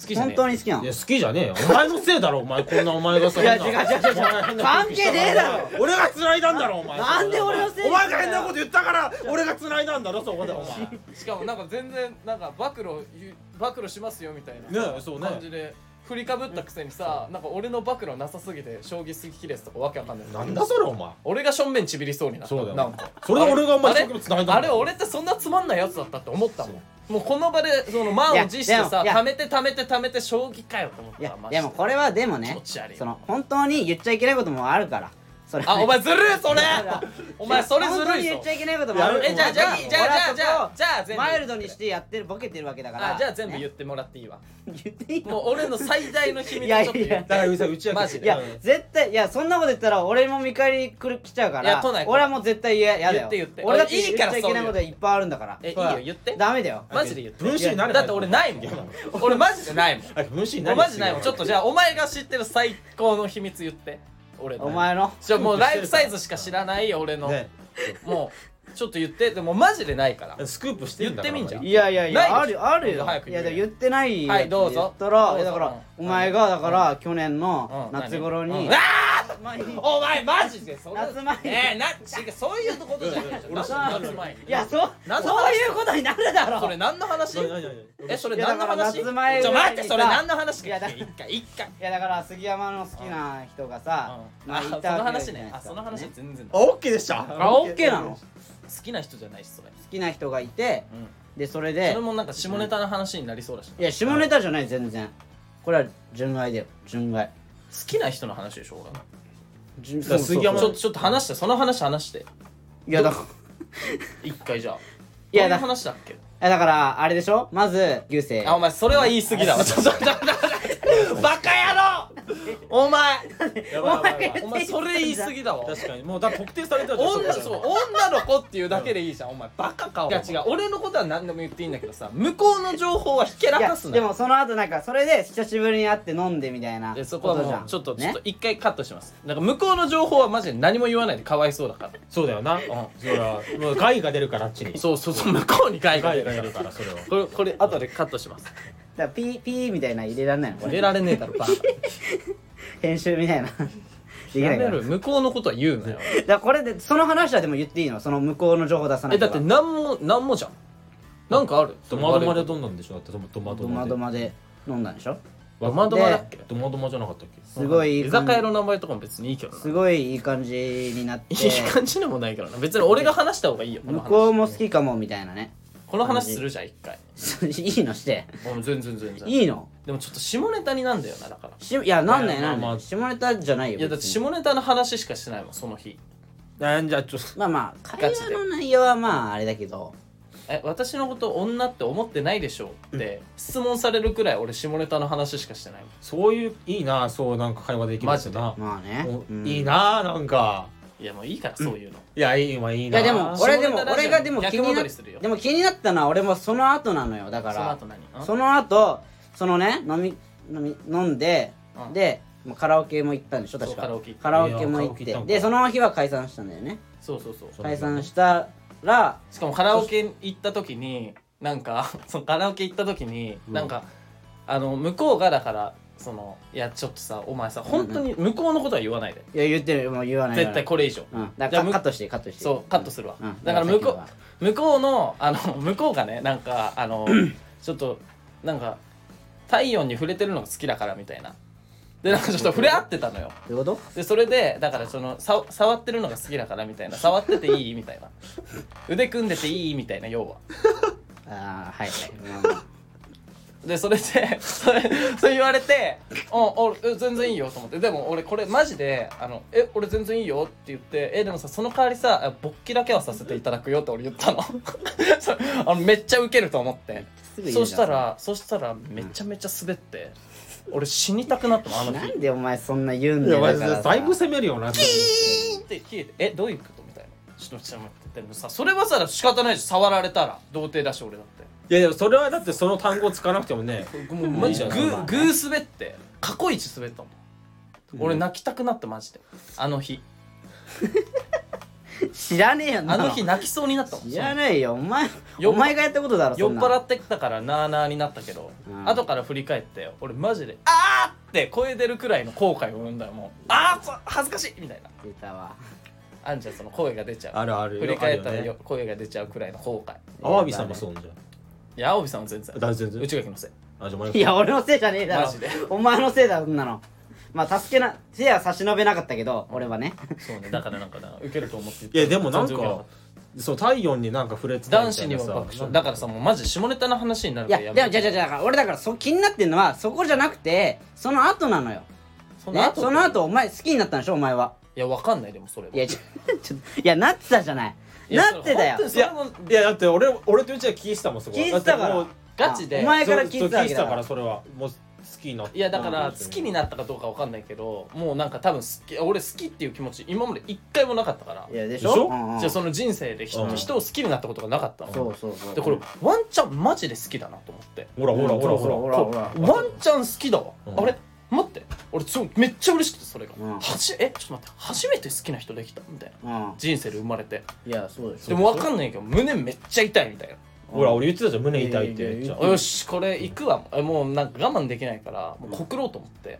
好きじゃね
本
え
当に好きないの
や好きじゃねえよお前のせいだろお前こんなお前がそんな
違う違う違う違う
お前変な
関係ねえだろ
俺が繋いだんだろお前
なんで俺のせい
お前が変なこと言ったから俺が繋いだんだろそこでお前ね
しかもなんか全然なんか暴露言う暴露しますよみたいな
えそうね
感じで振りかぶったくせにさなんか俺の暴露なさすぎて将棋好きですとかわけわかんない
なんだそれお前
俺が正面ちびりそうになった
そうだよ
なんか
それで俺がお前
あれ
一生懸命繋いだんだ
あれ俺ってそんなつまんないやつだったって思ったもんもうこの場でその満を持して
いや
さ
でもいや
貯めて貯めて貯めて将棋かよと思っ
い
た
や
わマジ
でもこれはでも
気
ね
持ち悪い
その本当に言っちゃいけないこともあるからそれは
あ
ね
お前ずるいそれ
や
お前それず
本当
る
に
い
言
ぞ
っちゃいけないこともある
いや
えじゃあじゃあ
俺は
じゃあじゃあじゃあ
そこ
じゃ
を
あ
マイルドにしてやってるボケてるわけだから
あじゃあ全部言
ね
ってもらっていいわ
言っていい
も
の
う俺の最大の秘密
い
ちょ
や
っと言
いや
う
だからうさうちは
マジ
い
で
や絶対いやそんなこと言ったら俺も見返り来る来ちゃうか
い
ら
や来ない
俺はもう絶対嫌やだ
言
よ
って言って
俺だって
い
言
い
っち
から
ゃいけないことはいっぱいあるんだから
えいいよ言って
ダメだよ
マジで言って
分子になれ
だ
ばい
っ
い
て俺ないもん俺マジでないもん
あ分子にな
俺
れば
マジないもんちょっとじゃあお前が知ってる最高の秘密言って俺の
お前の
じゃあもうライフサイズしか知らないよ俺の
ね
もうちょっと言ってでもマジでないから
スクープしてんだから
言ってみん
いやいやいや、あ
ないでし
る
ょ
あるよ。
早く
い
言
や、
え
でも言ってないよ。
はいどうぞ
言ったら、
どうぞ
えだか
うん
ら、お前が、だから、去年
う
の
ん
夏頃
何
に
うんあ。
まあいい
お前マジでそれ
夏前に
えー、な違うそういうことじゃない
俺
夏前に
いや、そう、
なぜ
そういうことになるだろ
それ何の話
何何何
えそれ
いや
何の話
だから夏前
ちょ
ぐら
待
い
って
にさ
それ何の話か
いやだ
一回一回
いや、だから、杉山の好きな人がさ
あ。
まいたわ
そ
けじゃ
の
ないです
話
か
ねあその話
ね
全然
あ
好
オッケーでした
あ、オッケーなの。好
きな人じゃないしそれ
きな人がいて
うん、
で、それ
そ
で
れ。もなんか下ネタの話になりそうだし好
いや、下ネタじゃない、全然。これは純愛だよ。純愛。
きな人の話でしょ俺の
純
だから杉山
ちょちょっと話してその話話して
いや、だから。
一回じゃあ
い
い
や
や
だ
だ話だっけ
えだから、あれでしょまず、流星。
あお前それは言い過ぎだわちょちょちょちょバカ野郎お前
やばいやばいやばい
お前それ言い過ぎだわ
確かにもうだから特定されたじゃん
女
そこ
そう
で
女の子っていうだけでいいじゃんお前バカかお
いや
前いや違う俺のことは何でも言っていいんだけどさ向こうの情報はひけら
いや
かすな
でもその後なんかそれで久しぶりに会って飲んでみたいな
でそこは
とじ
も
ゃん
うちょっとちょ
ね
っと一回カットしますなんか向こうの情報はマジで何も言わないでかわいそうだから
そうだよなそれはもう害が出るからあっちに
そうそうそう向こうに害が出
害
るか
が
ら
出るからそれは
これこれ後でカットします
だからピーピーみたいなの入れられないのこ
入
れ
れられねえだろバカ
編集みた いなでき
や
ない
め
から
ろ
だ
よ
か
向こうのことは言うなよ
らこれでその話はでも言っていいのその向こうの情報出さな
え
い
だって何も何もじゃんなんかある
ドマドマでどんなんでしょだってドマド
ド
マ
マ
で
ドマで飲んだんでしょ
ドマドマだっけ
ドマドマじゃなかったっけ
すごいいい
居
感
酒
じ
屋の名前とかも別にいいけどな
すごいいい感じに なって
いい感じでもないけどな別に俺が話した方がいいよこの話
向こうも好きかもみたいなね
この話するじゃん一回
いいのして
もう全然全然
いいの
でもちょっと下ネタになんだよなだから
しいやなんない
いや
なん
ま
な
あま
い
あ
下ネタじゃないよ
いやだって
別に
下ネタの話しかしてないもんその日
あじゃあちょっと
まあまあ会
ガチ
話
で
の内容はまああれだけど
え私のこと女って思ってないでしょって質問されるくらい俺下ネタの話しかしてないもん
そういういいなそうなんか会話できるやつな、
まあね
お
うん
いいななんか
いやもういいからそういうの、
いやいいわいい
い
な
やでも俺でも
下ネタラジオ
俺がでも気に
逆
な
戻
っ
りするよ
でも気になったのは俺もその後なのよだか
その
ら
後何うん
その後そのね飲み飲み飲んで
うん
でまあカラオケも行ったんでしょ確
そう
か
カラオケ行った
カラオケも行っ
いやカラオケ行
て
ったんか
でその日は解散したんだよね
そうそうそう
そう
解散したら
しかもカラオケ行った時になんか そのカラオケ行った時に
うん
なんか、あの向こうがだからそのいやちょっとさお前さ本当に向こうのことは言わないで、
いや言ってるもう言わない
絶対これ以上、
うんだ
じゃあ
から
む
カットしてカットして
そうカットするわ、
うん
だから向こ
だから
う向こうの あの向こうがねなんかあ のちょっとなんか体温に触れてるのが好きだからみたいなでなんかちょっと触れ合ってたのよ
どういうこと
でそれでだからそのさ触ってるのが好きだからみたいな触ってていいみた いな腕組んでていいみたいな要は
ああはいはいまあまあ
で それでそれそれ言われて「うん俺え全然いいよ」と思ってでも俺これマジで「あのえ俺全然いいよ」って言って「えでもさその代わりさあ勃起だけはさせていただくよ」って俺言ったの そうあのめっちゃウケると思って
すぐ言うじゃ
そ
ん
したらそしたらめちゃめちゃ滑って、俺死にたくなったのあの日
な
ピ
んでお前そんな言うん
い
だ
や
よ
まあ
だからさ
だいぶ攻めるよな
ーンって消えて「えどういうこと?」みたいな「ちょっとちょっと待って」でもさそれはさ仕方ないし触られたら童貞だし俺だって。
いやいやそれはだってその単語使わなくてもね
もうマジ
い
で
い
グ
じゃ
ー
ん
グー滑って過去一滑ったもん俺泣きたくなってマジであの日
知らねえよ
あの日泣きそうになったもん
知らないよお前
酔
お
っ
前がやったことだろ
酔
そ
っ
んな
払ってたからなあなあになったけど、
うん
後から振り返って俺マジで「あー!」って声出るくらいの後悔を生んだよもう「あーそう恥ずかしい!」みたいな
出たわ
あんじゃんその声が出ちゃ
あるある
う振り返ったら
あるよ
よ
ね
声が出ちゃうくらいの後悔
アワビさんもそうじゃん
いや青木さんは全然
だから全然
内垣のせい
あじゃあお前
いや俺のせいじゃねえだろ
マジで
お前のせいだそんなのまあ助けな手は差し伸べなかったけど俺はね
そうねだからなんかな受けると思って言った
いやでもなん
全然ウケかった
かそう体温になんか触れてた
男
みた
子
い
に
な
は
さ
爆笑だからさもうマジで下ネタの話になる
い
か
や
ら
で
や
も
め
じ
て
ゃじゃじゃだから俺だからそ気になってんのはそこじゃなくてその後なのよ
その
ね
後
その後お前好きになったんでしょお前はい
やわかんないでもそれはい
やちょ ちょっといやなってたじゃない
いや
なってたよ
それ本当に
いやいやだって俺俺とうちは聞いてたもんそこ
聞いてたから
だってもう
ガチで
お前から聞い
そ
て
う
たわ
聞い
け
て
だ
た
か
から
ら
それはもう好きになった
いやだから好きになったかどうかわかんないけどもうなんか多分好き俺好きっていう気持ち今まで一回もなかったから
いやでし
でし
ょ
ょ
うんうん
じゃあその人生で人,、
うん
人を好きになったことがなかったの
そうそうそう
でこれワンチャンマジで好きだなと思って
ほらほらほらほら
ほらほら
こうワンチャン好きだわ、
うん
あれ待って俺ちょめっちゃ嬉しくてそれが、
うん
はじえちょっと待って初めて好きな人できたみたいな
うん
人生で生まれて
いやそうでしょ
でもわかんないけど胸めっちゃ痛いみたいな
ほら俺言ってたじゃん胸痛いっ
いやい
て
やい
じ
や
ゃあ
よしこれ行くわえもうなんか我慢できないからもう告ろうと思って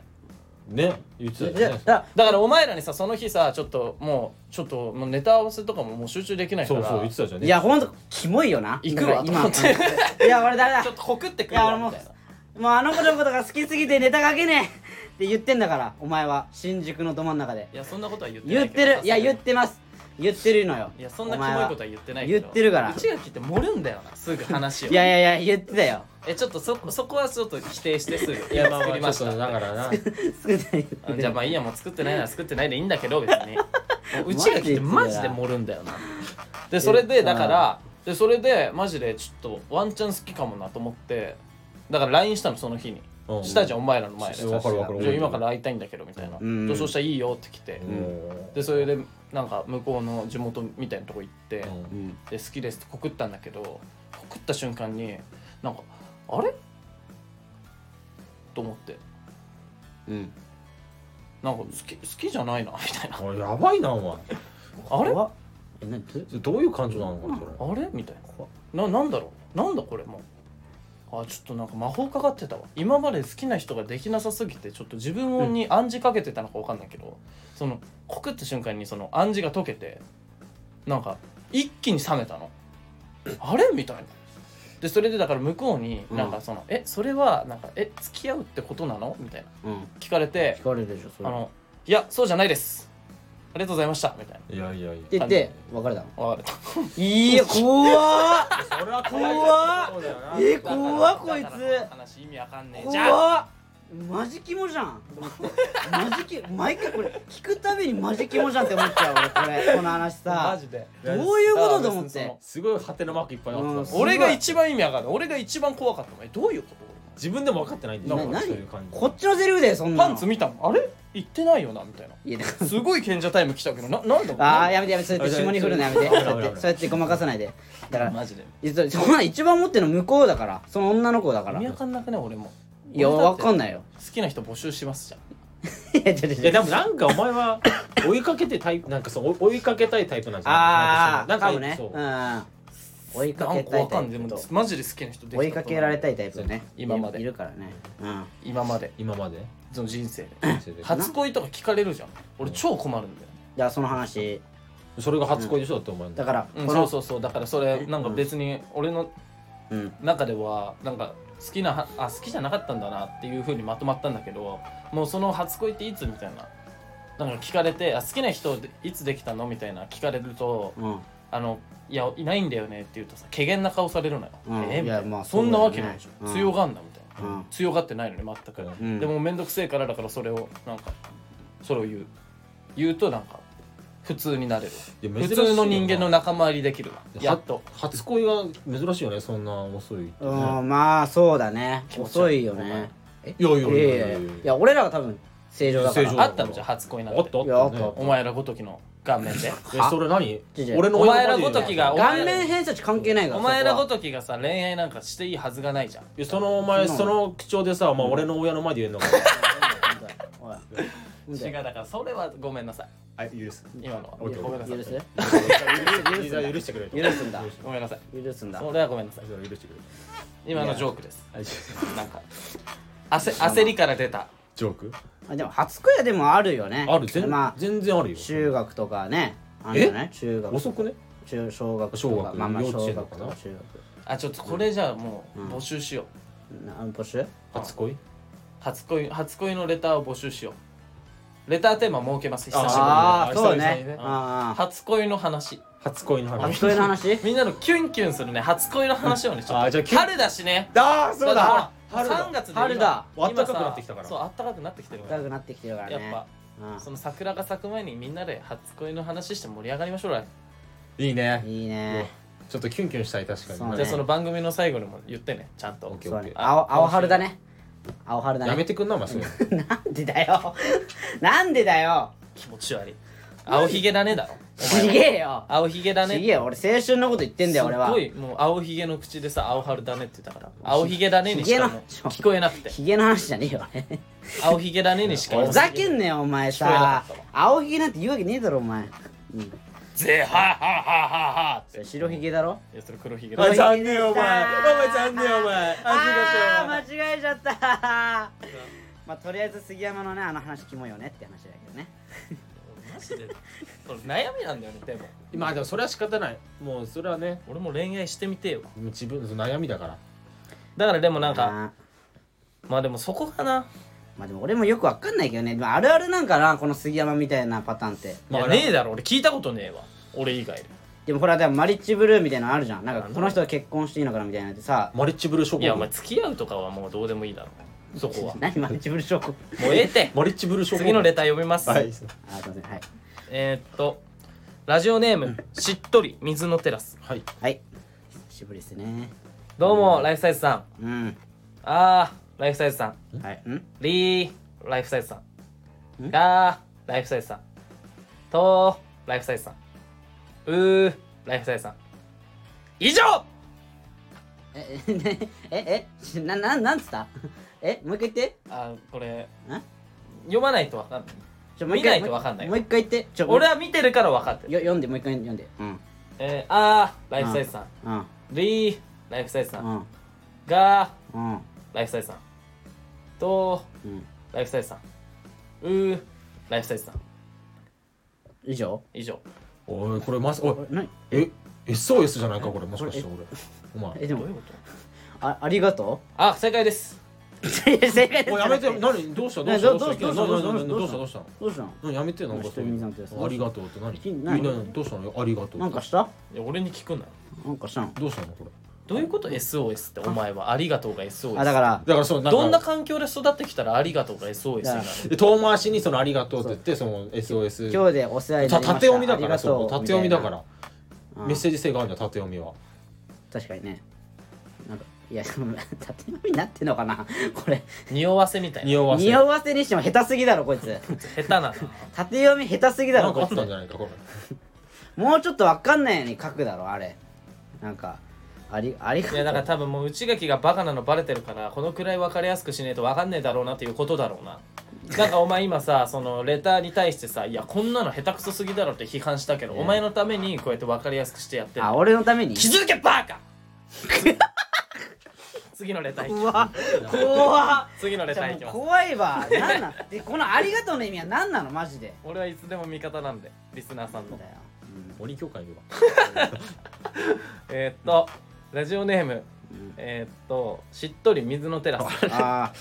ね言ってた
じ
じゃ
ゃ
んね
だから
だからお前らにさその日さちょっともうちょっともうネタ合わせとかももう集中できないか
そ
ら
うそう言ってたじゃんね
いやほんとキモいよな
行くわ
だ
と思
から
って
今いや俺ダメだ
ちょっと告ってくるわみたい
いや
な
もうあの子のことが好きすぎてネタ書けねえって言ってんだからお前は新宿のど真ん中で
いやそんなことは言ってな
言
い
っ
けど
てるいや言っ
さ
てます言ってるのよ
すがにいやそんな
お
キモ
前
いことは言ってないけ
言
ど
ってるから
内垣って盛るんだよなすぐ話を
いやいやいや言ってたよ
えちょっとそそこはちょっと否定してすぐ
い
いや
やまあ
作り
まあ
ま
ち
し
ょっと
た
だからな
すぐ言ってた
あじゃあまあいいやもう作ってないなら作ってないでいいんだけど別にもう内垣ってマジで盛るんだよなでそれ
え
でだからでそれでマジでちょっとワンチャン好きかもなと思ってだから LINE したのその日に
うん
したじゃんお前らの前で
うんわかるわかる
じゃあ今から会いたいんだけどみたいな、
うん
でそうしたらいいよって来て、
うん
でそれでなんか向こうの地元みたいなとこ行って、
う
うんん
で好きですって告ったんだけど告った瞬間になんかあれと思って
うん
なんか好き好きじゃないなみたいな
おいやばいなお前
あれ
怖っえなど
それどういう感情なのかなそれ
あれみたいなななんだろうなんだこれもうあちょっとなんか魔法かかってたわ今まで好きな人ができなさすぎてちょっと自分に暗示かけてたのかわかんないけど、その告った瞬間にその暗示が解けてなんか一気に冷めたのあれみたいなでそれでだから向こうになんかその「えそれはなんかえ付き合うってことなの?」みたいな
うん
聞かれて
聞かれるでしょそ
あ
れ
の、いや、そうじゃないです。りがとうございましたみたい
いやいやいや
て言って別れたの
な別れた
いや怖っ
それは
怖っえ怖っこいつ
話意味わかんね えじゃん
怖っマジキモじゃんと思ってマジキ毎回これ聞くたびにマジキモじゃんって思っちゃう俺これこの話さ
マジで
どういうことと思って
すごいハテナマークいっぱいあった、
うん
俺が一番意味わかんない俺が一番怖かったのえどういうこ
自分でも分かってないんだ
な
よなんかそう
何
いう感じ
こっちのセリフだよそん
と
なの
パンツ見たもんあれ言ってないよなみたいな
見
すごい賢者タイム来たけどななんだろう
あ
な
あやめてやめてそうやって下に振るのやめて
あ
そう
じゃあ
やってそうやってごまかさないでだから
マジで
いやそそんな一番持ってるの向こうだからその女の子だ
意
から
味わ
い
かんなくね俺も
や
俺だ
わ
って
かんないよ
好きな人募集しますじゃん
いやちょちょ
い
ち
や
ょ
でもなんかお前は 追いかけてタイプなんかそう追いかけたいタイプなんじ
あ
ゃ
あ
ないなんか
か
そ
も
うなん
ね
かそ
う
う
ん追いか
な
け
んか
たい
わか
タ
んないで
イプ
も
と
マジで好きな人できた
追いかけられたいタイプね
今まで
いるからねうん
今まで
今まで
その人生で
初
初恋とか聞かれるじゃん俺超困るんだよ
じゃあその話
それが初恋でしょだってお前の
だからこ
うん、
の
そうそうそうだからそれなんか別に俺の
うん
中ではなんか好きなはあ好きじゃなかったんだなっていうふうにまとまったんだけどもうその初恋っていつみたいななんか聞かれてあ好きな人でいつできたのみたいな聞かれると
うん
あのいやいないんだよねって言うとさ怪げな顔されるのよ、
うん
えーみ
い
た
や
いな、
まあ
そんなわけないでしょ、
そうだよね
強
うん
がんなみたいな、
うん
強がってないのに全く、
うん
でも面倒くせえからだからそれをなんかそれを言う言うとなんか普通になれる
いや
普
珍しいよな
通の人間の仲間入りできるわやっと
初恋が珍しいよねそんな遅いってね
うんまあそうだね
気持ち
遅
悪い
いよね
いやい
い
や
やい
いやい
や
や
いや俺らが多分正常だから
正常
あったのじゃん初恋なん
あった
て
あっ
いやあったたあっ
ね
お前らごときの顔面で
えそれ何
違う違う
俺の
お前ら
親
ご
の
と
前で
き
言
が
うの
お前
顔面偏差値関係ないから
お前らご
そ
ときがさ恋愛なんかしていいはずがないじゃん
いやそのお前
そ
そ
んな
の口調でさお前俺の親の前で言えんのか
こはおい
違うだからそれはごめんなさい
はい許す
今のは
オッケー
ごめんなさい
許す
じゃあ許してくれ
許すんだ
ごめんなさい
許すんだ
それはごめんなさい
じゃあ許してくれ
今のジョークです
はい
なんか焦焦りから出た
ジョーク
あでも初恋はでもあるよね
ある全
まあ
全然あるよ
中学とかねあるよね中学
遅くね
中小学とか
小学
まあまあ
幼稚
小
園
学
と
と
かな
か中
あちょっとこれじゃあもう
うん
募集しよう
学な募集
初恋
初恋初恋のレターを募集しようレターテーマ設けます久しぶりに
ああ
久
そ
々
う
にね
ねあ
初恋の話
初恋の
あ
話
初恋の話
みんなのキュンキュンするね初恋の話をねちょ
あ
っ
ーじゃあキ
と
ュン
春だしね
ああそうだ
ほら3月で今
春だ
今さ
暖かくなってきたから
そうあったかくなってきてるから
高くなってきてるからね
やっぱ
うん
その桜が咲く前にみんなで初恋の話して盛り上がりましょうら
いいね
いいね
ちょっとキュンキュンしたい確か
そうね
に
じゃあその番組の最後にも言ってねちゃんと
オッケー
そうね
オッケー
青青春だね青春だ
やめ
ね
てくんなお前それ
なんでだよなんでだよ
気持ち悪い青ひげだねだろ
ちげえよ
青ひげだ
ち
ね
げえよ俺青春のこと言ってんだよ俺
すっ
は
ごいもう青ひげの口でさ青春だねって言ったから青ひげだねにしかもう
ひげの
聞こえなくて
ひげの話じゃねえよ俺
青ひげだねにしか
ふざけんなよお前
聞こえなか
さ
ったわ
青ひげなんて言うわけねえだろお前
ぜはははははって
それ白ひげだろ
いやそれ黒ひげ
あ
だね
残念お前お前残
念お前
あー間違えちゃったまあとりあえず杉山のねあの話キモいよねって話だけどね
マジでこれ悩みなんだよねでも
まあでもそれは仕方ないもうそれはね
俺も恋愛してみてよ
自分の悩みだから
だからでもなんか
あー
まあでもそこかな
まあでも俺もよくわかんないけどねでもあるあるなんかなこの杉山みたいなパターンって
いや
まあ
ねえだろ俺聞いたことねえわ俺以外で
でもほらでもマリッジブルーみたいなのあるじゃんなん
あ
か
る
この人は結婚していいのかなみたいなのってさ
マリッチブルー諸
い
国
やお前付き合うとかはもうどうでもいいだろそこはも
何マリッジブルー証拠
うええって
マリッチブルー諸国
次のレター読みます、
はい
あーすいませんはい
えー、っとラジオネームしっとり水のテラス
はい
はい久しぶりですね
どうもライフサイズさん
うん
あーライフサイズさん
はいうん
リーライフサイズさん
ん
ガーライフサイズさんトーライフサイズさんうーライフサイズさん以上
ええねええしなななんつったえもう一回言って
あこれ
ん
読まないとわかんない
ちょもう一回
見ないとわかんない
もう一回言ってちょ
俺は見てるから分かってる、
よ読んでもう一回読んでうん
えー、あーライフサイズさん
うん
リーライフサイズさん
うん
ガー
うん
ライフサイズさんト
うん
ーライフサイズさんうーライフサイズさん
以上
以上
おいこれまさおい
何
え SOS じゃないかこれもしかして俺お前
えで
ど
も
ういうこと
あありがと
あ正解です
正解です
おいやめてよ何どうしたどうし
ね
た
ど
どうした
どうした
何何何
ど
ど
う
う
し
したたど
どう
うした
したの
何やめてよなんかそういう
どうした
ありがとうって何
気にない
何何どうしたのよありがとう
なんかした
いや俺に聞くな
なんかしたの
どうしたのこれ
どういうこと SOS ってお前はありがとうが SOS
あだから
だからそうか
どんな環境で育ってきたらありがとうが SOS になる
で遠回しにそのありがとうって言ってその SOS
今日でお世話にな
た
りました
縦読みだか
あり
ら
がとう
そう縦読みだから
みたいな
メッセージ性があるんだ縦読みは
確かにねなんかいや その縦読みになってんのかなこれ
匂わせみたいな
匂わせ
匂わせにしても下手すぎだろこい つ
下手なな
縦読み下手すぎだ
な
ろ
んかあ
こ
っ
い
たんじ
つ
ゃないかこ
もうちょっとわかんないように書くだろあれなんかありありが
い
とう
やだから多分もう内垣がバカなのバレてるからこのくらい分かりやすくしねえと分かんねえだろうなっていうことだろうななんかお前今さそのレターに対してさ「いやこんなの下手くそすぎだろ」って批判したけどお前のためにこうやって分かりやすくしてやってる
あ俺のために
気づけバカ 次のレター行き
わ怖っ
次のレ
じ
タ
ゃあ
ー行
もう
きます
怖いわなんなんでこの「ありがとう」の意味は何なのマジで
俺はいつでも味方なんでリスナーさん
な
の
んだよ
れ鬼教会には
えー、っとラジオネーム
うん
えー、っとしっとり水のテラス
あ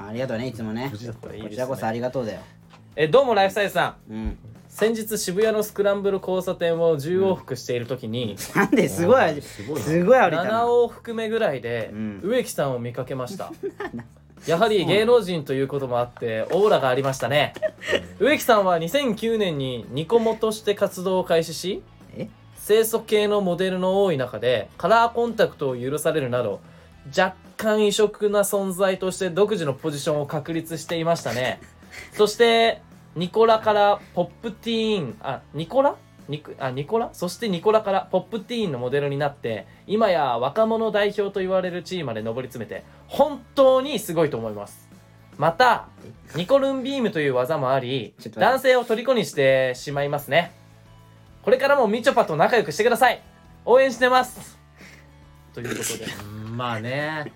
ーありがとうねいつもね
無事だった
いい
こ
です
ち
ね
らこそありがとうだよ
えどうもライフサイズさん
うん
先日渋谷のスクランブル交差点を10往復している時に、
なんですごい
すごいな
すごい歩いた
7
な
往復目ぐらいで、
うん
植木さんを見かけました やはり芸能人ということもあってオーラがありましたね植木さんは2009年にニコモとして活動を開始し
え
清楚系のモデルの多い中でカラーコンタクトを許されるなど若干異色な存在として独自のポジションを確立していましたね そしてニコラからポップティーンあニコラニクあニコラそしてニコラからポップティーンのモデルになって今や若者代表と言われる地位まで上り詰めて本当にすごいと思いますまたニコルンビームという技もあり
ちょっと待って
男性を虜にしてしまいますねこれからもみちょぱと仲良くしてください応援してますということで
うんまあね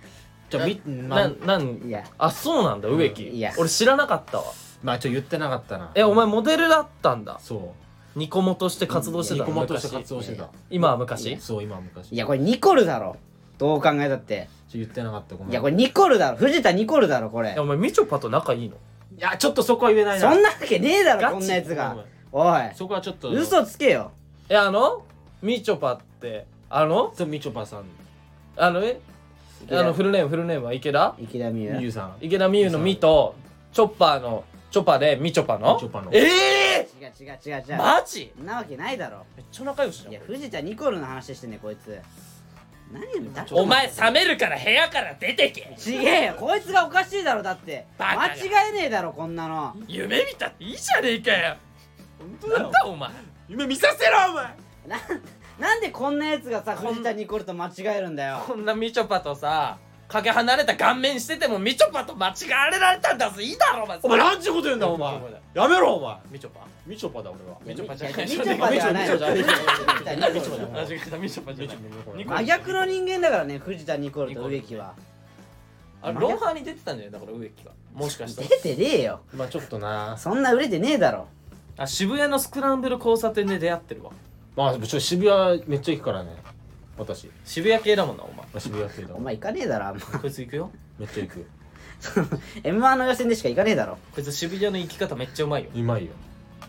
じゃあみま
な
あ
なん
いや
あそうなんだ植木、
いや
俺知らなかったわ
まあちょっと言ってなかったな
えお前モデルだったんだ
そ
ニコモとして活動
う
して
ニ
た
コ
の
マとして
昔
活動してた
今は昔
そう今は昔
い
ちょ
やこれニコルだろどう考えたって
言ってなかったごめん
いやこれニコルだろ藤田ニコルだろこ
い
れ
やお前みちょぱと仲いいの
いやちょっとそこは言えない
そ
なん
なわけねえだ
ガチ
ろこんなやつ
ごめ
が
ん
おい
そこはちょっと
嘘つけよ
えあのみちょぱってあの
そうみちょぱさん
あのえあのフルネームフルネームは池田
池田美優
ゆうさん
池田美優のみとチョッパーのチョッパーでみちょぱの
みちょぱの
ええ
違う違う違う違う
ー、マジ
そんなわけないだろ
めっちゃ仲良しじゃ
い
ん
や藤田ニコルの話してんねんこいつ何だ
お前冷めるから部屋から出てけ
ちげえよこいつがおかしいだろだって
バカ
間
が
違えねえだろこんなの
夢見たっていいじゃねえかよ
本
なんだお前
夢見させろお前
ななんでこんなやつがさ
こん
藤田ニコルと間違えるんだよ
こんなみちょぱとさかけ離れた顔面しててもみちょぱと間違われられたんだぞいいだろお前
お前なんちゅうこと言うんだお前やめろお前
みちょぱ
みちょぱだ俺は
みちょぱじゃ
み
ない
ちょぱではない
みちょぱじゃない
藤田ニコルだよ
あ違う違うみちょぱじゃないニコル
真逆の人間だからね藤田ニコルと植木は
あロンハーに出てたんじゃないだから植木がもしかした
出
ら
てねえよ
まあちょっとな
そんな売れてねえだろ
あ渋谷のスクランブル交差点で出会ってるわ
まあちょ渋谷めっちゃ行くからね私
渋谷系だもんなお前
まあ渋谷っていう
お
の
前行かねえだろあんま
こいつ行くよ
めっちゃ行く
m 1の予選でしか行かねえだろ
こいつ渋谷の行き方めっちゃうまいよ
うまいよ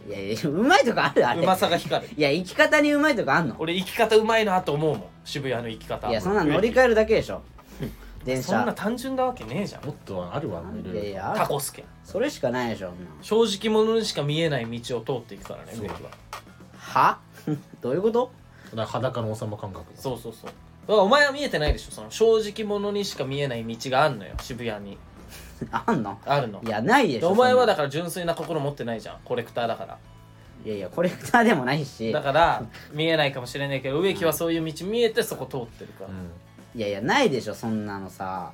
いやいやうまいとこあるあれ
うまさが光る
いや生き方にうまいとこあんの
俺生き方うまいなと思うもん渋谷の生き方
いやそんな乗り換えるだけでしょ電
そんな
車
単純なわけねえじゃん
もっとあるわいろい
い
ろ
やいやあ
タコスケ
それしかないでしょそんな
正直者にしか見えない道を通っていくからね植木は
は どういうこと
だから裸の王様感覚
そうそうそうだからお前は見えてないでしょその正直者にしか見えない道があるのよ渋谷に
あんの
あるの
いやないでし
で
ょ
お前はだ
か
から純粋な心持ってないじゃんコレクターだから
らいやいやコレクターでもないし
だから見えないかもしれないけど植木はそういう道見えてそこ通ってるから、
うん
いやいやないでしょそんなのさ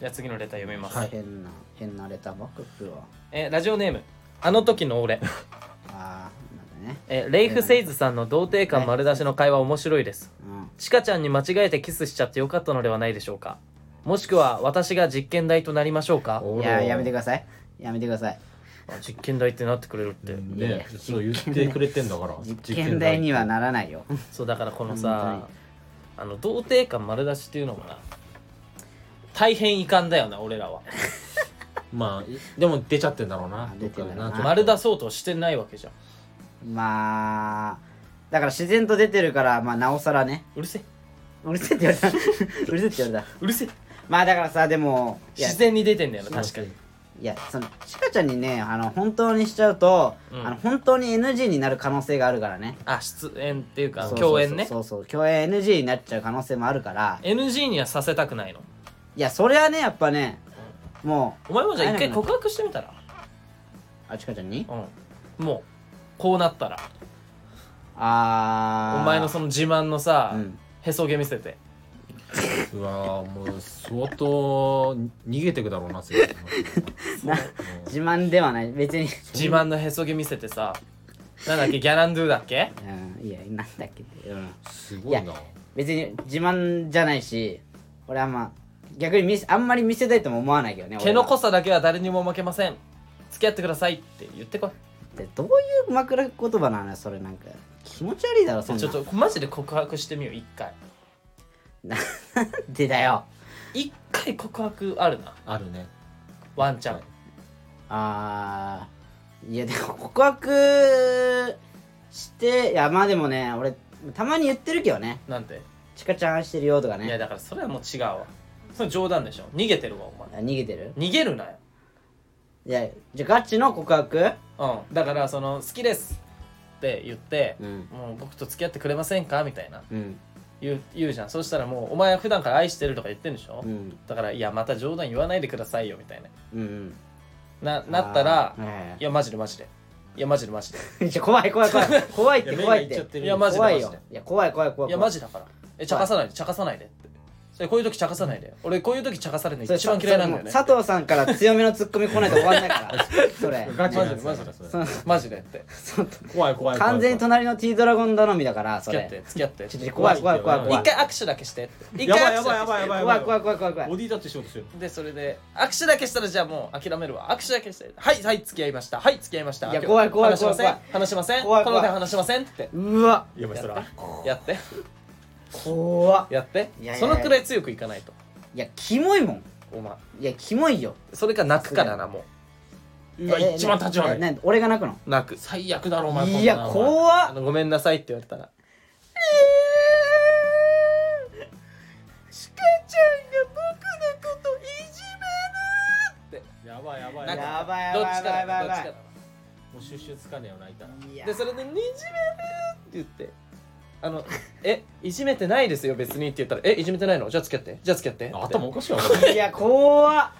じゃあ次のレター読みます、
はい
変な変なレターばっか来るわ
えーラジオネームあの時の俺
あーなんかね
えーレイフ・セイズさんの童貞感丸出しの会話面白いです
うん
チカちゃんに間違えてキスしちゃってよかったのではないでしょうかもしくは私が実験台となりましょうか
お
い
ら
ややめてくださいやめてください
あ実験台ってなってくれるって、
うん
いやい
ね
や
そう言ってくれてん だから
実験台にはならな いよ
そうだからこの
本
さあの童貞感丸出しっていうのもな大変遺憾だよな俺らは
まあでも出ちゃってんだろうなどっかで
出て
な
んだろうな
丸出そうとしてないわけじゃん
まあだから自然と出てるからまあなおさらね
うるせえ
うるせえって言われ たうるせえって言われた
うるせえ
まあだからさでもいや
自然に出てんだよな確かに
いやそのシカちゃんにねあの本当にしちゃうと、
うん
あの本当に NG になる可能性があるからね
あ出演っていうか
そうそうそう
共演ね
そうそう共演 NG になっちゃう可能性もあるから
NG にはさせたくないの
いやそれはねやっぱねもう
お前もじゃあ一
会
回
えなくなっ
告白してみたら
あちかちゃんに
うんもうこうなったら
あ
お
ー
前のそ の自慢のさ、
うん
へそ毛見せて
うわーもう相当逃げてくだろうなそれ
な自慢ではない別に、
自慢のへそ毛見せてさなんだっけギャランドゥだっけ
うん、いやなんだっけって、うん、
すごい
い
な
別に自慢じゃないし俺はまあ逆に見せあんまり見せたいとも思わないけどね
毛の濃
さ
さだけは誰にも負けません付き合ってくださいって言ってこい
ってどういう枕言葉なのよそれなんか気持ち悪いだろそんな
ちょっとマジで告白してみよう一回
なんでだよ
一回告白あるな
あるね
ワンちゃん、
はい
あーいやでも告白していやまあでもね俺たまに言ってるけどね
なんて
チカちゃん愛してるよとか
いや
ね
だからそれはもう違うわそれ冗談でしょ逃げてるわお
あ逃げてる
前逃げるなよ
いやじゃあガチの告白
うんだからその好きですって言って、
うん
もう僕と付き合ってくれませんかみたいな
うん
言う言うじゃんそうしたらもうお前は普段から愛してるとか言ってるでしょ、
うん
だからいやまた冗談言わないでくださいよみたい
うん
なななったら
あーはいはい
やマジでマジでいやマジでマジで
いや怖い怖い怖い 怖いって怖いっ
いや目がいっちゃっててる
いやマジで
怖
マ
い
ジ
よ
で
いや怖い怖い怖い
いやマジだからえ茶化さないで茶化さないでってえこういう時茶化さないで俺こういう時茶化される
そ
の
れ
一番嫌いなんだよね
それもう佐藤さんから強めのツッコミ来ないと終わんないから それ
ガチなやつ
マ
だ
ジで
な
マ
それ
そう
マジでって
そう
怖い怖い怖い
完全に隣の T ドラゴン頼みだからそ
付き合って
れ
付き合って
ちょちょ怖い怖い怖い怖い
一回握手だけしてって一
や
回
ばい
握
や
手だ
ば
けして
いやばいやば
怖い怖い
い
怖い怖い怖い
ボディタッチしようとしてる
でそれで握手だけしたらじゃあもう諦めるわ握手だけしてはいはい付き合いましたはい付き合いました
い
今
や
日
怖い怖い
話しません
怖い
話しません
怖い怖い
この手話しませんって
うわ
やばいそら
やって
怖っ
やって
いやいやいや
そのくらい強くいかないと
いやキモいもん
お前
いやキモいよ
それか泣くからなも
うわ
え
一番立ち悪い
えな俺が泣くの
う泣く
最悪だろお前こんない
や
の
あ
怖っ
のごめんなさいって言われたら
やばいやばい
なんか
やばいやば
ど
い
っちから
やばいやばい
どっちか
もう収集つかねえよ泣いたら
い
ら
や
でそれで「にじめる!」って言って「あのえいじめてないですよ別に」って言ったら「えいじめてないのじゃあ付き合ってじゃあ付き合って」
頭おかしいわ
いや怖っ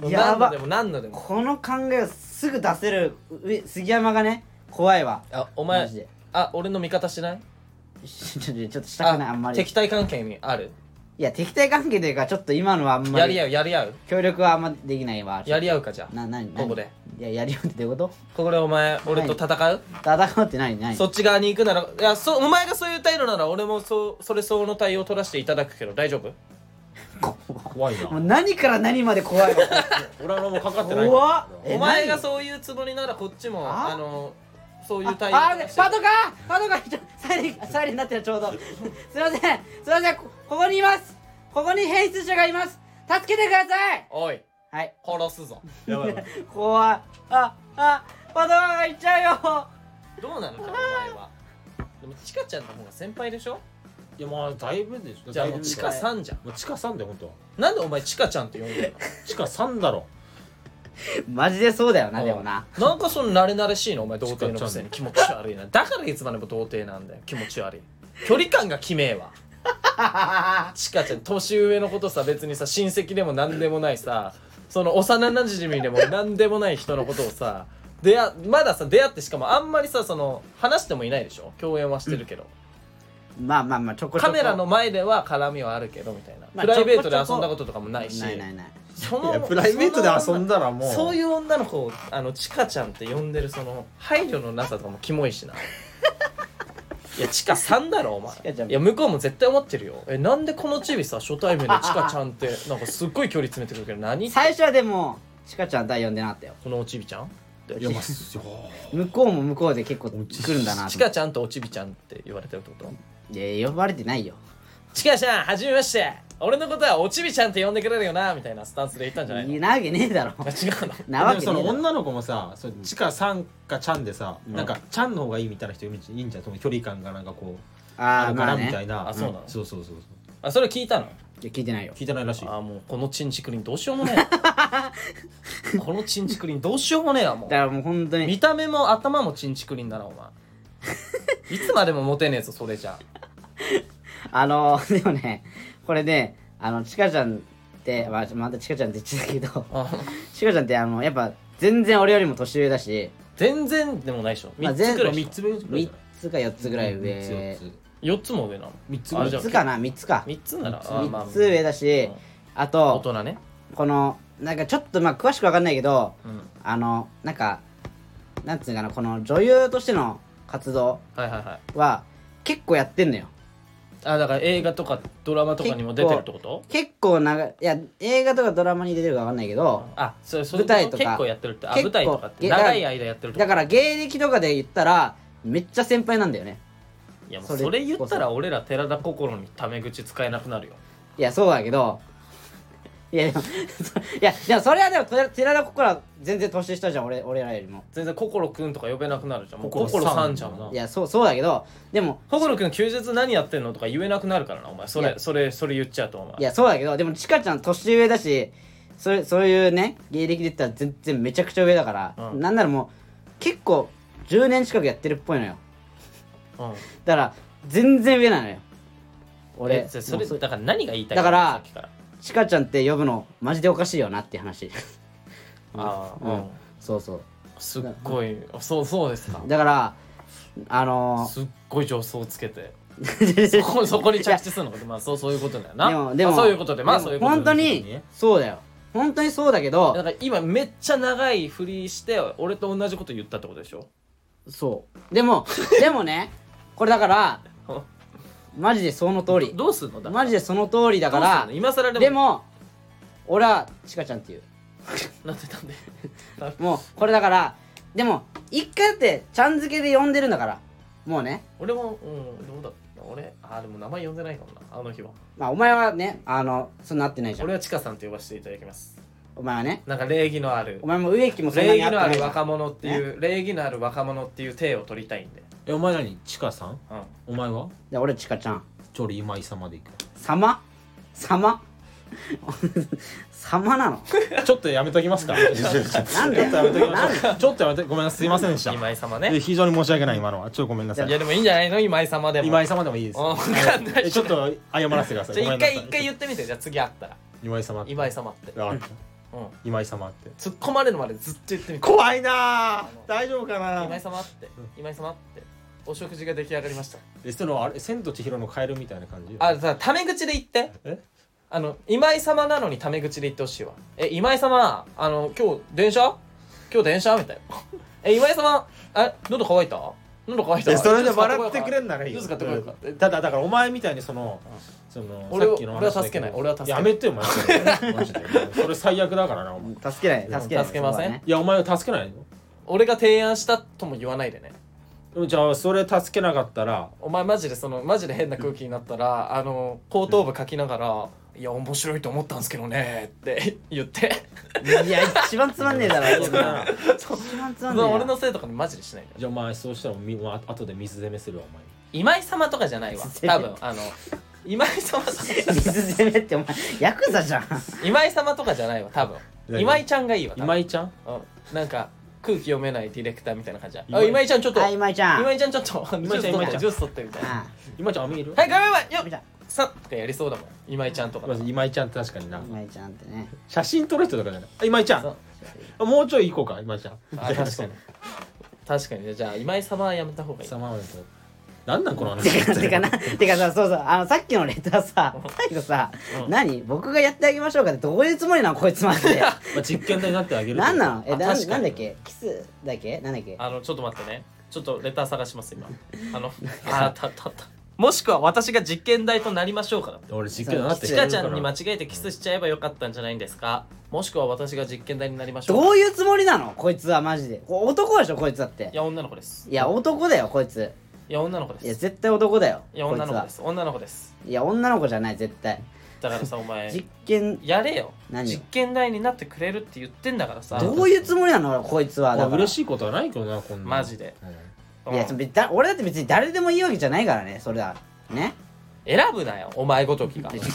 もう
や
何度
ば
でも何度でも
この考えをすぐ出せる上杉山がね怖いわ
あお
お
前
マジで
あ俺の味方しない
ちょちょちょっとしたくないあんまり
敵対関係にある
いや敵対関係というかちょっと今のはあんま
やり
り
合うやり合う
協力はあんまできないわ
やり合うかじゃあ
な何何
ここで
いややりようってどういうこ
ここでお前俺と戦う
と戦うって何何
そっち側に行くならいやそうお前がそういう態度なら俺もそうそれ相応の対応を取らせていただくけど大丈夫
怖い
もう
な
何から何まで怖いわ
俺はもうかかってない
怖っえ
お前が
何
そういうつもりならこっちもあ
あ
のそうい
あ
う対応
あパトカーパトカーちょサイレンサイレンになってるちょうどすいませんすいませんこここにいますここに変質者がいます助けてください
おい
はい
殺すぞ
やばいやばい
怖いああパトカーが行っちゃうよ
どうなのかお前はでもチカちゃんの方が先輩でしょ
いやまあだいぶでしょ
じゃあも
だいうぶ
チカさんじゃん
もう地下3だよ本当は
なんでお前チカちゃんって呼んでん
地下3だろ
マジでそうだよな
の
でもな
うんなんかその慣れ慣れしいのお前童貞のくせに気持ち悪いなだからいつまでも童貞なんだよ気持ち悪い距離感がきめえわチカちゃん年上のことさ別にさ親戚でも何でもないさその幼なじみでも何でもない人のことをさ出会まださ出会ってしかもあんまりさその話してもいないでしょ共演はしてるけど、
まあまあまあちょこちょ
カ
こ
メラの前では絡みはあるけどみたいな、
ま
プ
あ
ライベート
ち
で
ょこちょこ
遊んだこととかもないし
ないないない
そ
い
の
やプライベートで遊ん
だ
だらもう
そういう女の子をあのチカちゃんって呼んでるその配慮のなさとかもキモい しないやチカさんだろお前
チカちゃん
いや向こうも絶対思ってるよえなんでこのチビさ初対面でチカちゃんってなんかすっごい距離詰めてくるけど何
最初はでもチカちゃんとは呼んでなかったよ
このおちびちゃん
いやまあそう
向こうも向こうで結構来るんだな
チ
と思
カ
っ
ちゃんとおちびちゃんって言われてるってこと
ていや呼ばれてないよ
チカちゃんはじめまして俺のことはおちびちゃんって呼んでくれるよなみたいなスタンスで言ったんじゃないの
いなわけねえだろ
あ違うの
なわけ
でも
ねえ
その
だろ
女の子もさそうちかさんかちゃんでさ、なんかちゃんの方がいいみたいな人いるんじゃいいんじゃんその距離感がなんかこう
あ
あ
あ
る
ま
か
あ
らみ
ね
たいな、
あそうなの
そうそうそう
あそれ聞いたの
いや聞いてないよ
聞いてないらしい
あもうこのチンチクリンどうしようもね えこのチンチクリンどうしようもねえわも
だ
う
からもう本当に
見た目も頭もチンチクリンだなお前いつまでもモテねえぞそれじゃ
あの でもねこれねあのちかちゃんって、まあ、またちかちゃんって言ってたけど
あ
ちかちゃんってあのやっぱ全然俺よりも年上だし
全然でもないでしょ
まあ
3つくらいでし
3
ょ
つ上ぐら
3
いじゃない
つか4つぐらい
3つ4
上
つ
4つも上なの
3つぐら
あ
い
じゃ
3
あ
つかな3つか
3つならあまあ
3つ上だし
うん
あ
大
と
人ね
このなんかちょっとまあ詳しくわかんないけど
うん
あのなんかなんつうかなこの女優としての活動
はいはいはい
は結構やってんのよ
あだから映画とかドラマとかにも出てるってこと
結構長いいや映画とかドラマに出てるかわかんないけど
あそれそういう
舞台とか
結構やってるってあ
結
舞
構
台とかって
いやだから
長い間やってるって
だ
こと
から芸歴とかで言ったらめっちゃ先輩なんだよね
いやも
そうれ
それ言ったら俺ら寺田心にタメ口使えなくなるよ
いやそうだけどいやでも いやでもそれはでも寺寺田心は全然年下じゃん俺俺らよりも
全然心くんとか呼べなくなるじゃんもう
心
心
さん
さんじゃんない
やそうそうだけどでも
心くん休日何やってんのとか言えなくなるからなお前そ
い
れ
や
それそれ言っちゃうとお前
いやそうだけどでもちかちゃん年上だしそれそういうね芸歴で言ったら全然めちゃくちゃ上だから、
うん
なんならもう結構10年近くやってるっぽいのよ
うん
だから全然上なのよ
え
俺
そそれ
もう
だから何が言いたい
だから
さっきから
ちかちゃんって呼ぶのマジでおかしいよなって話
ああ
う
うんん
そうそう
すっごいあそうそうですか
だからあの
すっごい上層をつけて
ー、
そこそこに着地するのかまあそうそういうことだよな
でもでも
まあそういうことでまあ
でも
そういうことで
本当
です
に
ね
そうだよ本当にそうだけ
だ
ど
から今めっちゃ長いふりして俺と同じこと言ったってことでしょ
そう でもでもねこれだから
ど
マジでその通り
どうすんのだ
マジでその通りだか
どうすん
ら
の今更でも
でも俺はちかちゃんっていう
なんでなんで
もうこれだからでも一回だってちゃん付けで呼んでるんだからもうね
俺もうんどうだ俺あでも名前呼んでないかもなあの日は
まあお前はねあのそんななってないじゃん
俺はちかさんって呼ばせていただきます
お前はね
なんか礼儀のある
お前も植木もそんな
礼
に
儀
あって
のあ
ない
る
じゃん
若者っていう礼儀のある若者っていう体を取りたいんで
えお前何ちかさん
うん
お前は
で俺ちかちゃん
ちょり今井様でいく
様様様なの
ちょっとやめと きますか
なんで
ちょっとやめときましょうちょっとやめとごめんなさいすいませんでした
今井様
で
ね
非常に申し訳ない今のはちょっとごめんなさ
いや
い
でもいいんじゃないの今井様でも
今井様でもいいです
うんわかんない
えちょっと謝らせてください
じゃ
ご
あ
め
一
んなさ
回一回言ってみてじゃあ次会ったら
今井様って
今井様って
わかった
うん
今井 様って
突っ込まれるまでずっと言ってみて
怖いなあ大丈夫かな
今井様って今井様ってお食事が出来上がりました
えそのあれ千と千尋のカエルみたいな感じ
あさタメ口で言って
え
あの今井様なのにタメ口で言ってほしいわえ今井様あの今日電車今日電車みたいなえ今井様え喉乾いた喉乾いた
えそれで笑ってくれんならいい
ジュース買
よ
ってこようか
うんただだからお前みたいにそのその
俺
さ
を
っきの話だけど
俺は助けない
やめてよマジでマジでそれ最悪だからなお前い
助けない助けない
助けません
そこはね
やお前は助けないよ
俺が提案したとも言わないでね
じゃあそれ助けなかったら
お前マジでそのマジで変な空気になったらあの後頭部書きながら「いや面白いと思ったんですけどね」って言って
いや一番つまんねえだ ろそんなの一番つ
そ
まんねえ
の
よ
俺のせいとかにマジでしないで
じゃあお前そうしたらみもうあ後で水攻めするわお前
今井様とかじゃ ないわ多分あの今井様とかじゃない
水攻めってお前ヤクザじゃん
今井様とかじゃないわ多分
何
今井ちゃんがいいわ多分
今井ちゃん
うんなんか空気読めないディレクターみたいな感じだ
今
あ
井
今井ちゃんちょっと
はい今井ちゃん
今井ちゃんちょっとジュ
今
ー
井
ス
ちゃん
取っ
今井ち
て
ゃん
ジュース取ってみたいなは
あ
今井ちゃん網いる
いごめんごめん
今井ち
よ
ゃん
さっとかやりそうだもん今井ちゃんとか
まず今井ちゃんって確かにな
今井ちゃんってね
写真撮る人とかじゃないあ今井ちゃん
そう
あもうちょい行こうか今井ちゃん
あ確かに確かにねじゃあ今井様はやめた方がいい
さままでとなんなんこの
てか
話
てかなてかさそうそうあのさっきのレターさ最後さ
うん
何僕がやってあげましょうかってどういうつもりなのこいつまで
まあ実験台になってあげる
何なのえ
あ
な
確かに
なんだっけキスだっけなんだっけ
あのちょっと待ってねちょっとレター探します今あの ああったあったあったもしくは私が実験台となりましょうかだって
俺実験台になって
ちかちゃんに間違えてキスしちゃえばよかったんじゃないんですかもしくは私が実験台になりましょう
ど
か
ういうつもりなのこいつはマジでこ男でしょこいつだって
いや女の子です
いや男だよこいつ
いや女の子です
いや絶対男だよ
いや
こい
女
つ
の子
は
です女の子です
いや女の子じゃない絶対
だからさお前
実験
やれよ
何
実験台になってくれるって言ってんだからさ
どういうつもりなのこいつは
ま
だ
あ
から
嬉しいことはないけどなこんな
マジで、うん
いや別にだ俺だって別に誰でもいいわけじゃないからねそれはね
選ぶなよお前ごときが選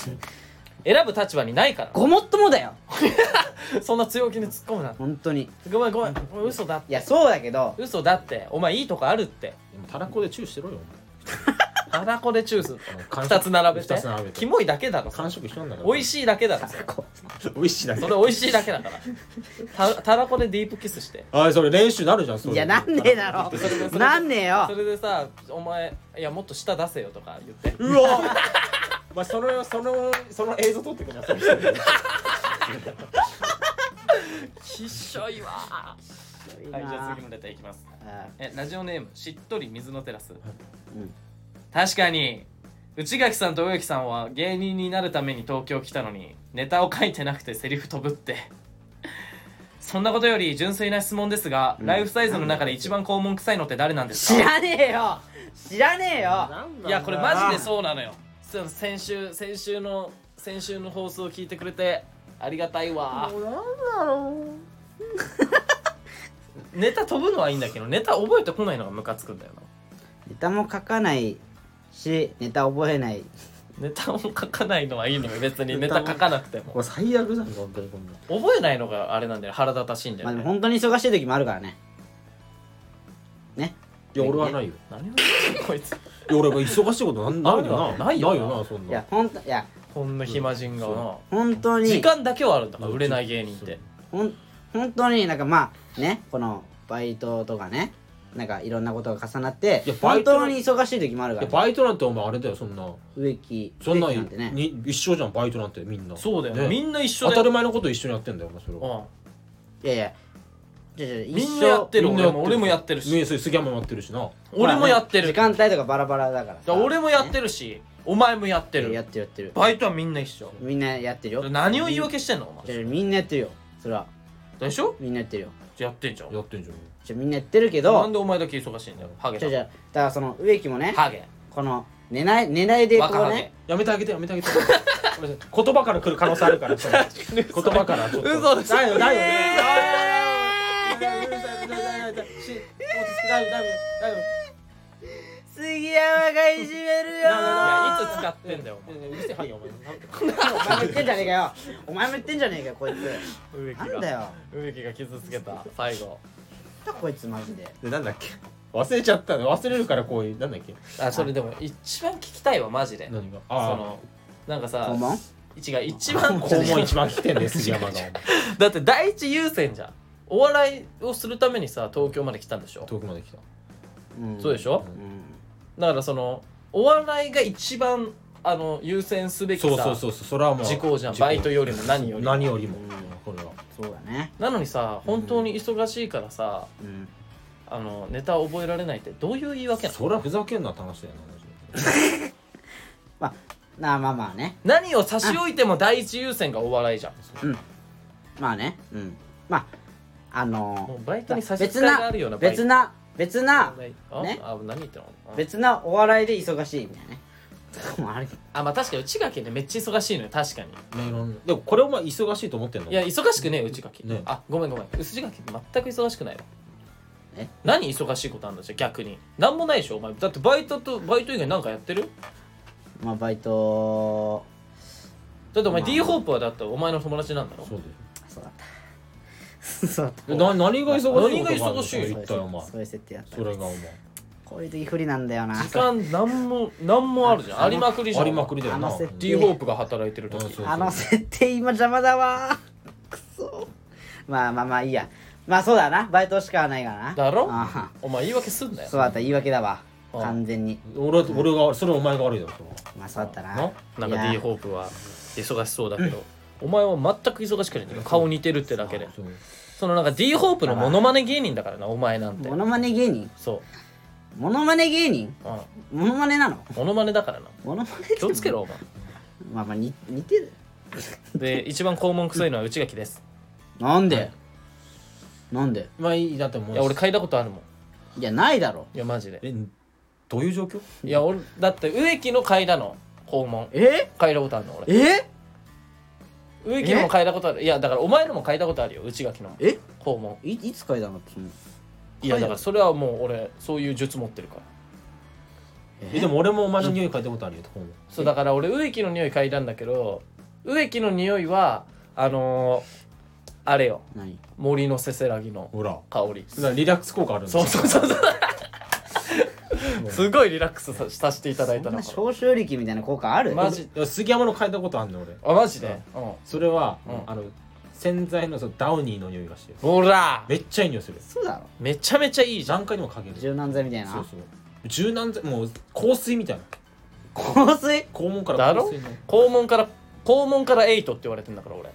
ぶ立場にないか
ごもっともだよ
らそんな強気に突っ込むな
本当にい
ごめんごめんごめん嘘だ
やそうだけど
嘘だってお前いいとこあるって
でもたらこでチューしてろよ
たらこでチューする
お前
2つ並べて
2つ並べ
キ
て
モいだけだろ
完食しとんだから
美味しいだけだろそれ
美味しいだけ
それ美味しいだけだからたたらこでディープキスして
あれそれ練習になるじゃんそれ
いやなんねえだろ
それでそれで
なんねえよ
それでさお前いやもっと舌出せよとか言って
うわまあそのそのその映像撮ってください
きっしょいわは
う
い
ん
じゃあ次のレターいきますえラジオネームしっとり水のテラス
うん
確かに内垣さんと植木さんは芸人になるために東京来たのにネタを書いてなくてセリフ飛ぶってそんなことより純粋な質問ですが、
うん
ライフサイズの中で一番肛門臭いのって誰なんです
知
から
ねえよ知らねえよ
いやこれマジでそうなのよそう先週先週の先週の放送を聞いてくれてありがたいわ
うなんだろ う
ネタ飛ぶのはいいんだけどネタ覚えてこないのがムカつくんだよな
ネタも書かないしネタ覚えない
ネタを書かないのはいい のよ別にネタ書かなくても
これ最悪じゃん本当にこんな
覚えないのがあれなんだよ腹立たしいんだ
ま
よ
あでも
ね
本当に忙しい時もあるからねね
いや俺はないよ
何を言ってんのこいつ
いや俺は忙しいことなんないよな
ないよな
ないよなそん
い
な
や本当いや
こんな暇人がな
本当に
時間だけはあるんだから売れない芸人って
ほん本当になんかまあねこのバイトとかねなんかいろんなことが重なって
いやバ
本
イト
当に忙しい時もあるか
いや
らね
バイトなんてお前あれだよそんな
植木
そんな
植
ん
木なんてね
に一緒じゃんバイトなんてみんな
そうだよねみ
なん
な一緒
当
だ
た
よ
り前のこと一緒にやってんだよお前それはい
やいやじゃじゃ
うんみ
一
んなや
生
ってる
みんな
俺も俺もやってる
みん
し
なそう杉山もやってるしな
俺もやってる
時間帯とかバラバラだか
だ
ら
から俺もやって
る
るしお前もやって
や
る
ってるやってる
バイトはみんな一緒
みんなやってるよ
何を言い訳してんのお
じゃ
前
じゃみんなやってるよそれは
でしょ
みんなやってるよ
じゃあやってんじゃん
やってんじゃん
じゃみんなやってるけ
なんで
ど
お前だけ忙しいんだよハゲ
じゃ
だ
じゃだからその植木もね
ハゲ
この寝ない寝ないでこ
若
う
ハ
ね
ゲ
やめてあげてやめてあ げてごめんなさい言葉から来る可能性あるからその言葉からちょっと
嘘でしょ
だよだよ
杉山がいじめるよ
いやいつ使ってんだよお
うるせえはいお
お
前
前も言ってんじゃねえかよお前も言ってんじゃねえかよ こいつ
前植木
なん
が
だよ
植木が傷つけた最後
なんだこいつマジで
で なんだっけ忘れちゃったの忘れるからこういうなんだっけ
あそれでも一番聞きたいわマジでそ
何があ
のなんかさ
肛門
違う一
あ
番
肛門一番来てんね杉山が
だって第一優先じゃんお笑いをするためにさ東京まで来たんでしょ
遠くまで来た
そうでし
ょ
ょだからそのお笑いが一番あの優先すべきさ
そうそうそうそうそれはもう
時効じゃんバイトよりも何よりも
何よりも
うん
これは
そうだね
なのにさ本当に忙しいからさ、
うん
あのネタを覚えられないってどういう言い訳なの
そりゃふざけんなって話だよな
まあなあまあまあね
何を差し置いても第一優先がお笑いじゃん
まあねうんまああ
も
の
うバイトに差
ー
し支
別
えが
な
あるようなバイト
別な別な
あ、
ね
あ何言ってんのあ
別なお笑いで忙しいみたいなねもうあれ
あまあ確かに内垣ねめっちゃ忙しいのよ確かに
ねいろんなでもこれお前忙しいと思ってんの
いや忙しくねえ内垣、
ね
あごめんごめん内垣全く忙しくないわ
え
何忙しいことあんだじゃあ逆に何もないでしょお前だってバイトとバイト以外なんかやってる
まあバイト
だってお前
まあ
d ホープはだってお前の友達なんだろ
そうだよ
そうだったそうだった
えな何が忙しいことがある
何
の
が忙しい
言ったよお前
そういう設定やった
それがお前
こういう時不利なんだよな
時間何も何もあるじゃんありまくりじゃん
ありまくりだよ
あ
な
の設
d ホープが働いてる
うん
時
そう
あの設定今邪魔だわーくそまあまあまあいいやまあそうだなバイトしかないからな
だろ
あ
お前言い訳すんな
あ
よ
そうだった言い訳だわ
ああ
完全に
俺は俺がそれはお前が悪いだろそれは
まあそうだったな
ななん
い
か
や
d ホープは忙しそうだけど、お前は全く忙しくないんだよ顔似てるってだけで
そう
そのなんか d ホープのモノマネ芸人だからなお前なんて
モノマネ芸人
そ
モノマネ芸人
う、うん、
モノマネなの
モノマネだからな
モノマネ
気をつけろお前
まあまあに似てる
で一番肛門臭いのは内垣です
なんでなんで
まあいいだってもう
いや俺嗅いだことあるもん
いやないだろ
いやマジで
えどういう状況
いや俺だって植木の嗅いだの肛門
え
嗅いだことあるの俺
え
植木のも変えたことあるいやだからお前のも変えたことあるよ内垣のも
え
肛門
いいつ書いたのって
いやだからそれはもう俺そういう術持ってるから
えでも俺もお前の匂い嗅いたことあるよとこも
そうだから俺植木の匂い嗅いだんだけど植木の匂いはあのー、あれよ
何
森のせせらぎの
ほら
香り
だからリラックス効果あるんだ
そうそうそうそう すごいリラックスささせていただい
そ
た
んな
な
消臭力みたいな効果ある
マジ
いや杉山の嗅いたことあるの俺
あマジで、うん、
それは、
うん
あの洗剤のそのダウニーの匂いがしてる
ほら
めっちゃいい匂いする
そうだろ
めちゃめちゃいいじゃん
何回にもかける
柔軟剤みたい
そう
な
そう柔軟剤もう香水みたいな
香水
肛門か
だ
ら香
ろ
水の
肛門から肛門からエイトって言われてんだから俺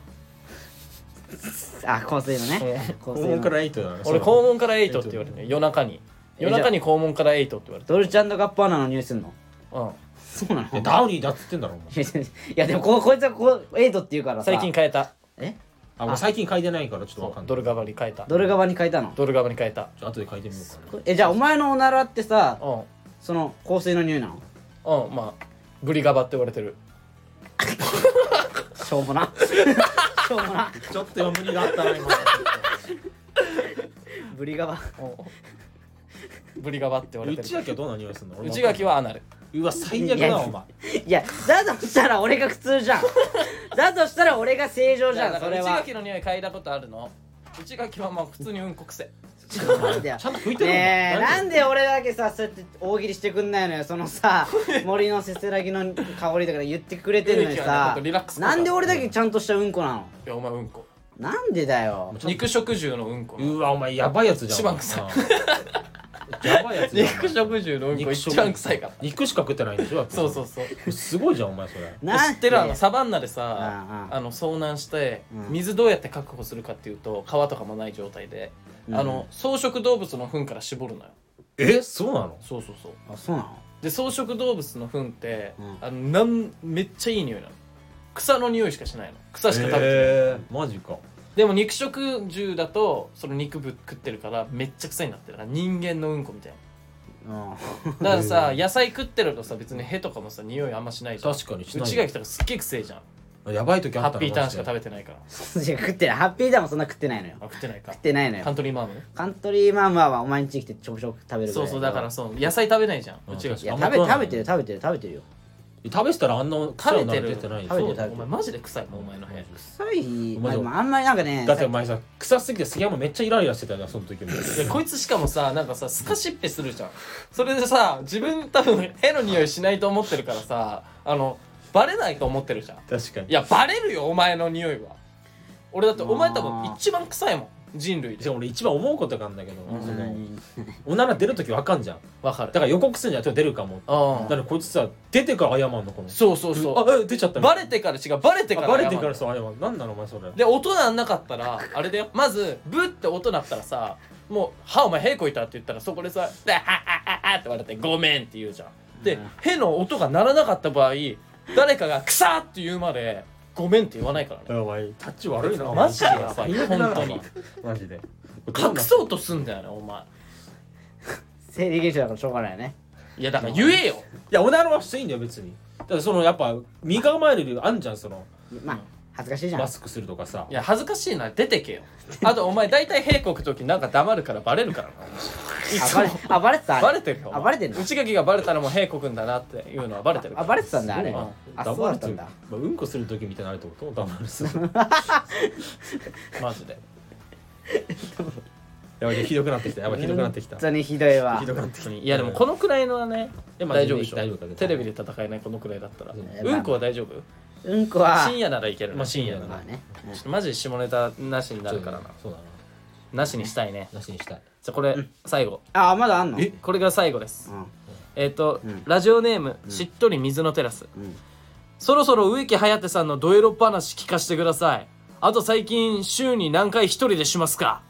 あ香水のね香
肛
水
門か
の
らエイトだな
俺肛門からエイトって言われて
エ
る夜中に夜中に肛門からエイトって言われて
ドルチャンガッパーナの匂いすんの
うん
そうなの
いやダウニーだっつってんだろお 前
いやいやでもここいつはこうエイトって言うからさ
最近変えた
え
あ俺最近嗅いでないからちょっとわかんない
ドルガバに変えた
ドル側に変えたの
ドルガバに変えた
ちょっと後で嗅いでみようかな
えじゃあお前のおならってさ
うん
その香水の匂いなの
うんまあブリガバって言われてる
しょうもな しょうもな
ちょっと今無理があったな 今
ブリガバ
うんブリガバって言われて
内
る
垣はどんな匂いするの俺も
内垣はアナル
うわ最悪だなお前
いやだとしたら俺が普通じゃんだとしたら俺が正常じゃんそれ
内
は
垣の匂い嗅いだことあるの内垣はまあ普通にうんこくせ
なんでよ
ちゃんと拭いてるの
ねえなんで俺だけさそうやって大喜利してくんないのよそのさ森のせせらぎの香りとか言ってくれてるのに
いやいやほん
さ
とリラックス効果
なんで俺だけちゃんとしたうんこなの
いやお前うんこ
なんでだよ
肉食獣のうんこ
うわお前やばいやつじゃん
一番臭
いやばいやつじゃん
肉食獣のうんこ一番臭いから
肉しか食ってないんでしょ
そうそううそう
すごいじゃんお前それ
な
知ってるあ
いや
の
いや
サバンナでさ
うんうん
あの遭難して
うん
水どうやって確保するかっていうと川とかもない状態であの草食動物の糞から絞るのよ
えそうなの
そうそうそう
あそうなの
で草食動物の糞って
うん
あのなんめっちゃいい匂いなの草の匂いしかしないの草しか食べてない
えーマジか
でも肉食獣だとその肉ぶ食ってるからめっちゃ臭いんだってだから人間のうんこみたいな
うん
だからさ野菜食ってるとさ別にヘとかもさ匂いあんましないじゃん
確かにし
う
ない
ちが来たらすっげえ臭いじゃん
やばい時あ
ハ
った
ッピーターンしか食
べ
べてないから
いや食ってないハッピーダーもそんな食ってないのよ
あ食ってないか
食ってないの
カン
よ
トリーマーム
カントリーマンマはお前ん家来てちょくちょく食べるぐらい
そうそうだから
い
そう野菜食べないじゃん
うん
うちが
や
食
食
確
べ
あんま食わない
食べてる食べてる食べてるよ
食べてたらあんな臭
べ
いの
て
出
る
てないでし
食べ
ょ
てる
お前マジで臭いもんお前の部屋
臭いま
お
あ
前
でもあんまりなんかね
だってお前さ臭すぎて杉山めっちゃイライラしてたよなその時も
でこいつしかもさなんかさすかしっぺするじゃんそれでさ自分多分ヘの匂いしないと思ってるからさあのバレないと思ってるじゃん
確かに
いやバレるよお前の匂いは俺だって
あー
お前多分一番臭いもん人類
で
で
も俺一番思うことがあるんだけど、
うん
そのおなら出る時わかんじゃん
わかる
だから予告するんじゃん今日出るかもだ
う
からこいつさ出てから謝んのこ
ん
の
そうそうそ
あえ出ちゃった
うバレてから違うバレて
て
から
バレてから
謝
そう謝んなんなのお前それ
るで音なんなかったらあれだよまずブッて音鳴ったらさもう「はお前屁こいた」って言ったらそこでさ「ではははは」って言われて「ごめん」って言うじゃんで
うん
屁の音が鳴らなかった場合誰かが「くさ!」って言うまで「ごめん」って言わないからね
お前タッチ悪いな
マジでやばい
最悪だな
本当に
マジで
隠そうとすんだよねお前
生理現象だからしょうがないよね
いやだから言えよ
いやおならはしていいんだよ別にだからそのやっぱ身構える理由あんじゃんその
まあ恥ずかしいじゃん
マスクするとかさ
いや恥ずかしいな出てけよあとお前大体屁こく時なんか黙るからバレるからないつ
あバ
も
レあバレてたあ れ
バレてるよ
あバレてんの
内垣がバレたらもう屁こくんだなっていうのはバレてるか
あ
ら
バレてたんだあれ
うん
あそうだったんだ
まあ、うんこする時みたいになるってこと黙るする
マジで
やばいひどくなってきたやばいひどくなってきた
本当にひどいわ
ひどくなってきた
いやでもこのくらいのはね
いやまあ
大丈夫でしょ
大丈夫だけど
テレビで戦えないこのくらいだったら
うん
うんこは大丈夫
うんこは
深夜ならいける
まあ深夜な
まあね
ちょっとマジで下ネタなしになるからな
そうだな
なしにしたいね
なしにしたい
じゃあこれ最後
あまだあんの
え
これが最後です
うん
えっと
うん
ラジオネームしっとり水のテラス
うん
そろそろ植木颯さんのドエロ話聞かせてください。あと最近週に何回一人でしますか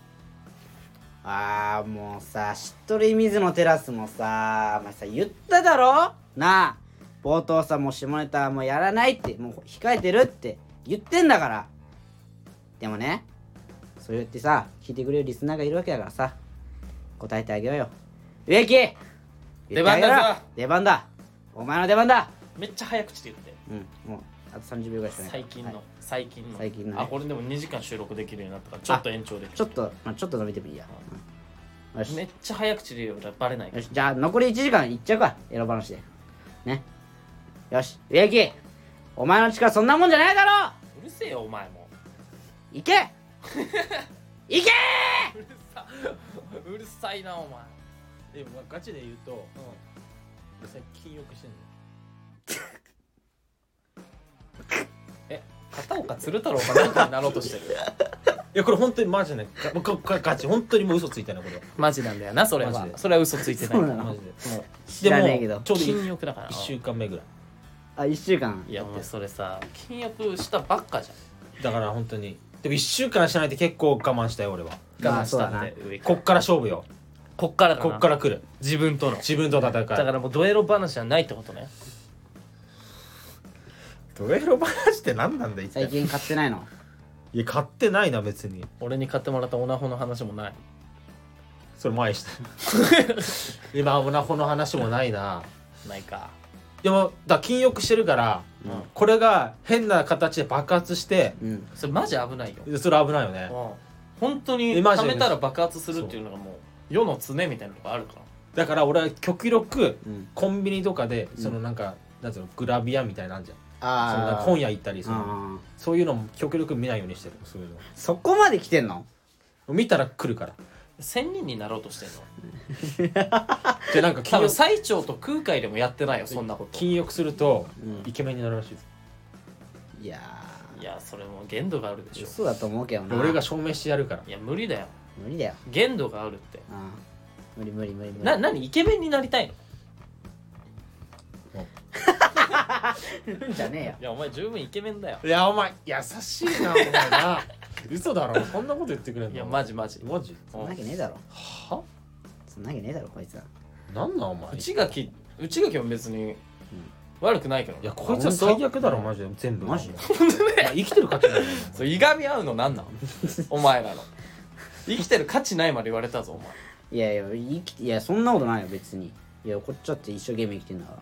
あーもうさしっとり水のテラスもさお前さ言っただろなあ冒頭さもう下ネタはもうやらないってもう控えてるって言ってんだからでもねそう言ってさ聞いてくれるリスナーがいるわけだからさ答えてあげようよ植木言って
出
あげろ
番だぞ
出番だお前の出番だ
めっちゃ早口で言って。
うんもうあと30秒ぐらいしかないから
最近
は
の
い
最近の
最近のね
あこれでも2時間収録できるようになったからちょっと延長できる
ちょっと、まあ、ちょっと伸びてもいいや、うんよし
めっちゃ早口で言えばバレないか
よ
ら
しじゃあ残り1時間いっちゃうかエロ話でねよし植木お前の力そんなもんじゃないだろ
うるせえよお前も
行け行け
うるさうるさいなお前
でもガチで言うと、最近よくしてんの
片岡鶴太郎かなんかになろうとしてる
いやこれ本当にマジねがががガチ本当にもう嘘ついたねこれ
マジなんだよなそれ
マ
は
ジで
それは嘘ついてない
そうなの
マジ
もう
知
で
らねえけ
で
ど
もちょうど
禁
1
欲だから
週間目ぐらい
あ1週間
いやもうそれさ禁欲したばっかじ
だから本当にでも1週間しないと結構我慢したよ俺は
ゃん
ま
我
あ
慢したん
そう
で
だ
上
こ
こ
っから勝負よ
こっからだな
こっから来る
自分との
自分と戦
だ
い
からもうドエロ話はないってことね
ドエロ話って何なんだ一体
最近買ってないの
いや買ってないな別に
俺に買ってもらったオナホの話もない
それ前 した今オナホの話もないな
ないか
でもだ禁欲してるから、
うん
これが変な形で爆発して
うん
それマジ危ないよ
それ危ないよね
うん本当に
えマジ
貯
で
めたら爆発するっていうのがもう世の常みたいなのがあるから
だから俺は極力
うん
コンビニとかでそのなんか、なんていうのグラビアみたいなのあんじゃんそのなん
あ
か
ー
本屋行ったりその
あー
そういうのも極力見ないようにしてるそういうの
そこまで来てんの
見たら来るから
千人になろうとしてんの
でなんか
多分
禁欲
最長と空海でもやってないよそんなこと
禁欲すると
うん
イケメンになるらしいです、
いや
いやそれもう限度があるで
ー
しょ
嘘だと思うけどな
俺が証明してやるから
いや無理だよ
無理だよ
限度があるって
あー無理無理無理無理
な何イケメンになりたいの
じゃねえよ
いやお前十分イケメンだよ
いやお前優しいなお前な 嘘だろそんなこと言ってくれんの
いやマジマジ
マジ
そんなわけねえだろ
は
そんなわけねえだろこいつは
なんなんお前
内垣内垣も別に悪くないけど
いやこいつは最悪だろマジで全部
マジで
本当ね生きてる価値ないよ
そういがみ合うの何 なのお前らの生きてる価値ないまで言われたぞお前
いやいや生きいやそんなことないよ別にいやこっちだって一生懸命生きてんだから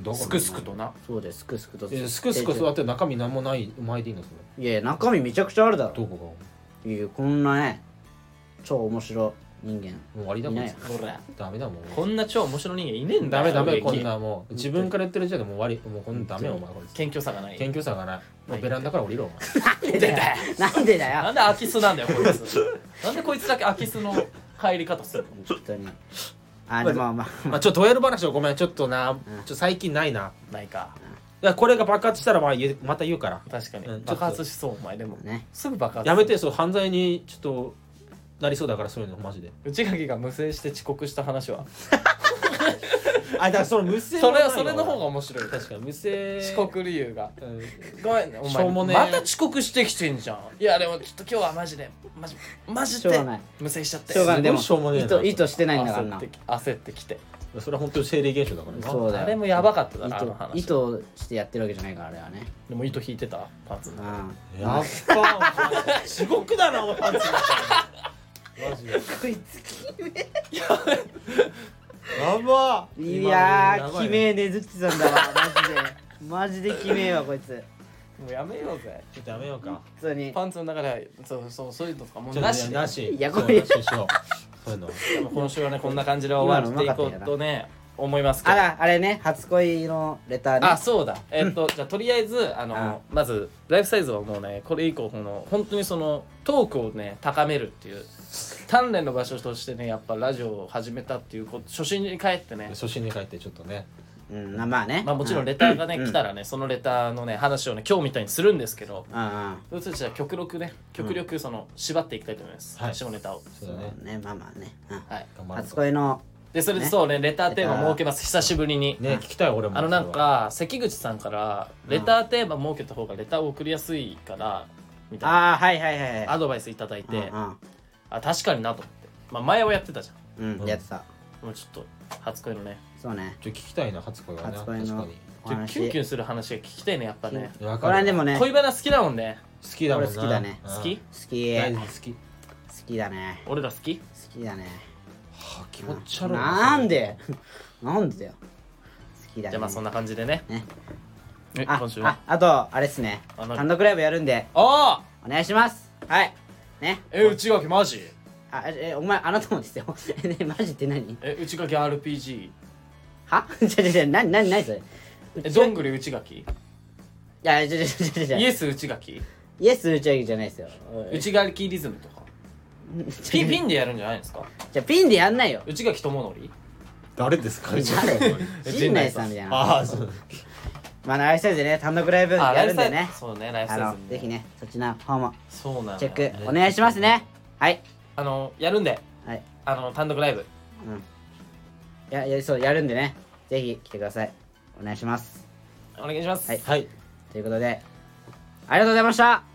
だから
すくすくとな
そうだよすくすくと
いやすくすく育てて中身なんもないお前でいいのそれ
いやいや中身めちゃくちゃあるだろ
どこ
いやいやこんなね超面白い人間
がもう終わりだ
い
も
ない
ん
よ
ほら
ダメだもん
こんな超面白い人間いねえんだ
ダメ
よ
ダメ
衝撃
こんなもう自分から言ってる時点でもう終わりもうこんなダメよお前これ
謙虚さがない
謙虚さがないもうベランダから降りろお前
出てた
なんでだ
な
よ
んで空き巣なんだよこいつ なんでこいつだけ空き巣の帰り方するの
本当にあでもまあ
まあちょっとドエル話をごめんちょっとなちょっと最近ないな
ないか
いやこれが爆発したらまあ言うまた言うから
確かに、
うん
爆発しそうお前でも、
ね
すぐ爆発
やめてそう犯罪にちょっとなりそうだからそういうのマジで
内垣が無声して遅刻した話は
あだからその無声
それはそれの方が面白い
確かに無声
遅刻理由が
うん
ごめんねお前
しょうもねえ
また遅刻してきてんじゃんいやでもちょっと今日はマジでマジマジ
しょう
で
がない
無制しちゃって
しょうがない
す
で
ご
も
いしょうもねえ
意
な
図意図してないんだから
焦っ
な
てき焦ってきて
それは本当に生理現象だからね
そうだよ
あれもやばかっただろあの話
意図意図してやってるわけじゃないからあれはね
でも糸引いてたパーツ
うん
やっぱお前地獄だなお前パンツマジで
こいつ
やば
いやー
今
き
ね
めえねずっちさんだわマジでマジできめえわこいつ
もうやめようぜ
ちょっとやめようか
普通に
パンツの中ではそうそうそういうのとかもう
ちょっと
なしで
なし
いや
そう
これ
なしにしようそういうの
でも今週はねこんな感じで終わっていこうとね思いますけど
あらあれね初恋のレターね
あそうだえっと、じゃあとりあえずあの
あ
まずライフサイズはもうねこれ以降この本当にそのトークをね高めるっていう鍛錬の場所としてねやっぱラジオを始めたっていうこと初心に帰ってね
初心に帰ってちょっとね
うんまあまあね
まあもちろんレターがね、
うん
来たらねそのレターのね話をね今日みたいにするんですけど
うんうん
うちたちは極力ね極力その縛っていきたいと思います、
はい
下ネタを
そうだね
ねまあまあね、う
はい
頑
ん、
張る
初恋の
でそれで
ね
そうねレターテーマ設けます久しぶりに、
ね聞きたい俺も
あのなんか関口さんからレターテーマ設けた方がレターを送りやすいからみたいな
ああはいはいはいはい
アドバイスいただいて、
うん
あ確かになと思って、まあ、前はやってたじゃ
うん、うん、やってた
んもうちょっと初恋のね
そうね
ちょっと聞きたいな初恋はね
初
確
恋
か
のお
キュンキュ
話
ンする話が聞きたいねやっぱね
にわ
これは
か
で
る
も
わ
ね好
恋バナ好きだもんね
好きだもんな
俺好きだね
うん
好き
き
大好
好
き好き
きだね
俺ら好き
好きだね
はあ気持ち悪い
なんでなんでだよ好きだね
じゃあまあそんな感じでね
ね
え
あ
今週
あ
は
あとあれっすね
あ何
単独ライブやるんで
ああ
お願いしますはいね
え内垣マジ
あえお前あなたもです よねマジって何
え内垣 RPG
は じゃじゃじゃ何何何それ
えどんぐり内垣
いやじゃじゃじゃじゃじゃ
イエス内垣
イエス打ち上げじゃないですよ
内垣リズムとかピンピンでやるんじゃないですか
じゃピンでやんないよ
内垣智則
誰ですか
え
陣内さんみたいな
ああそう
まあライフサイズでね単独ライブ
あ
や
ライ
る
フ
ん
サイ
で
ズ
ね
そうねライフサ
あ
イズ
の
も
ぜひねそっちの方も
そうなんだよ
チェックお願いしますねはい
あのやるんで
はい
あの単独ライブ
うんいやいやそうやるんでねぜひ来てくださいお願いします
お願いします
はい
はい
ということでありがとうございました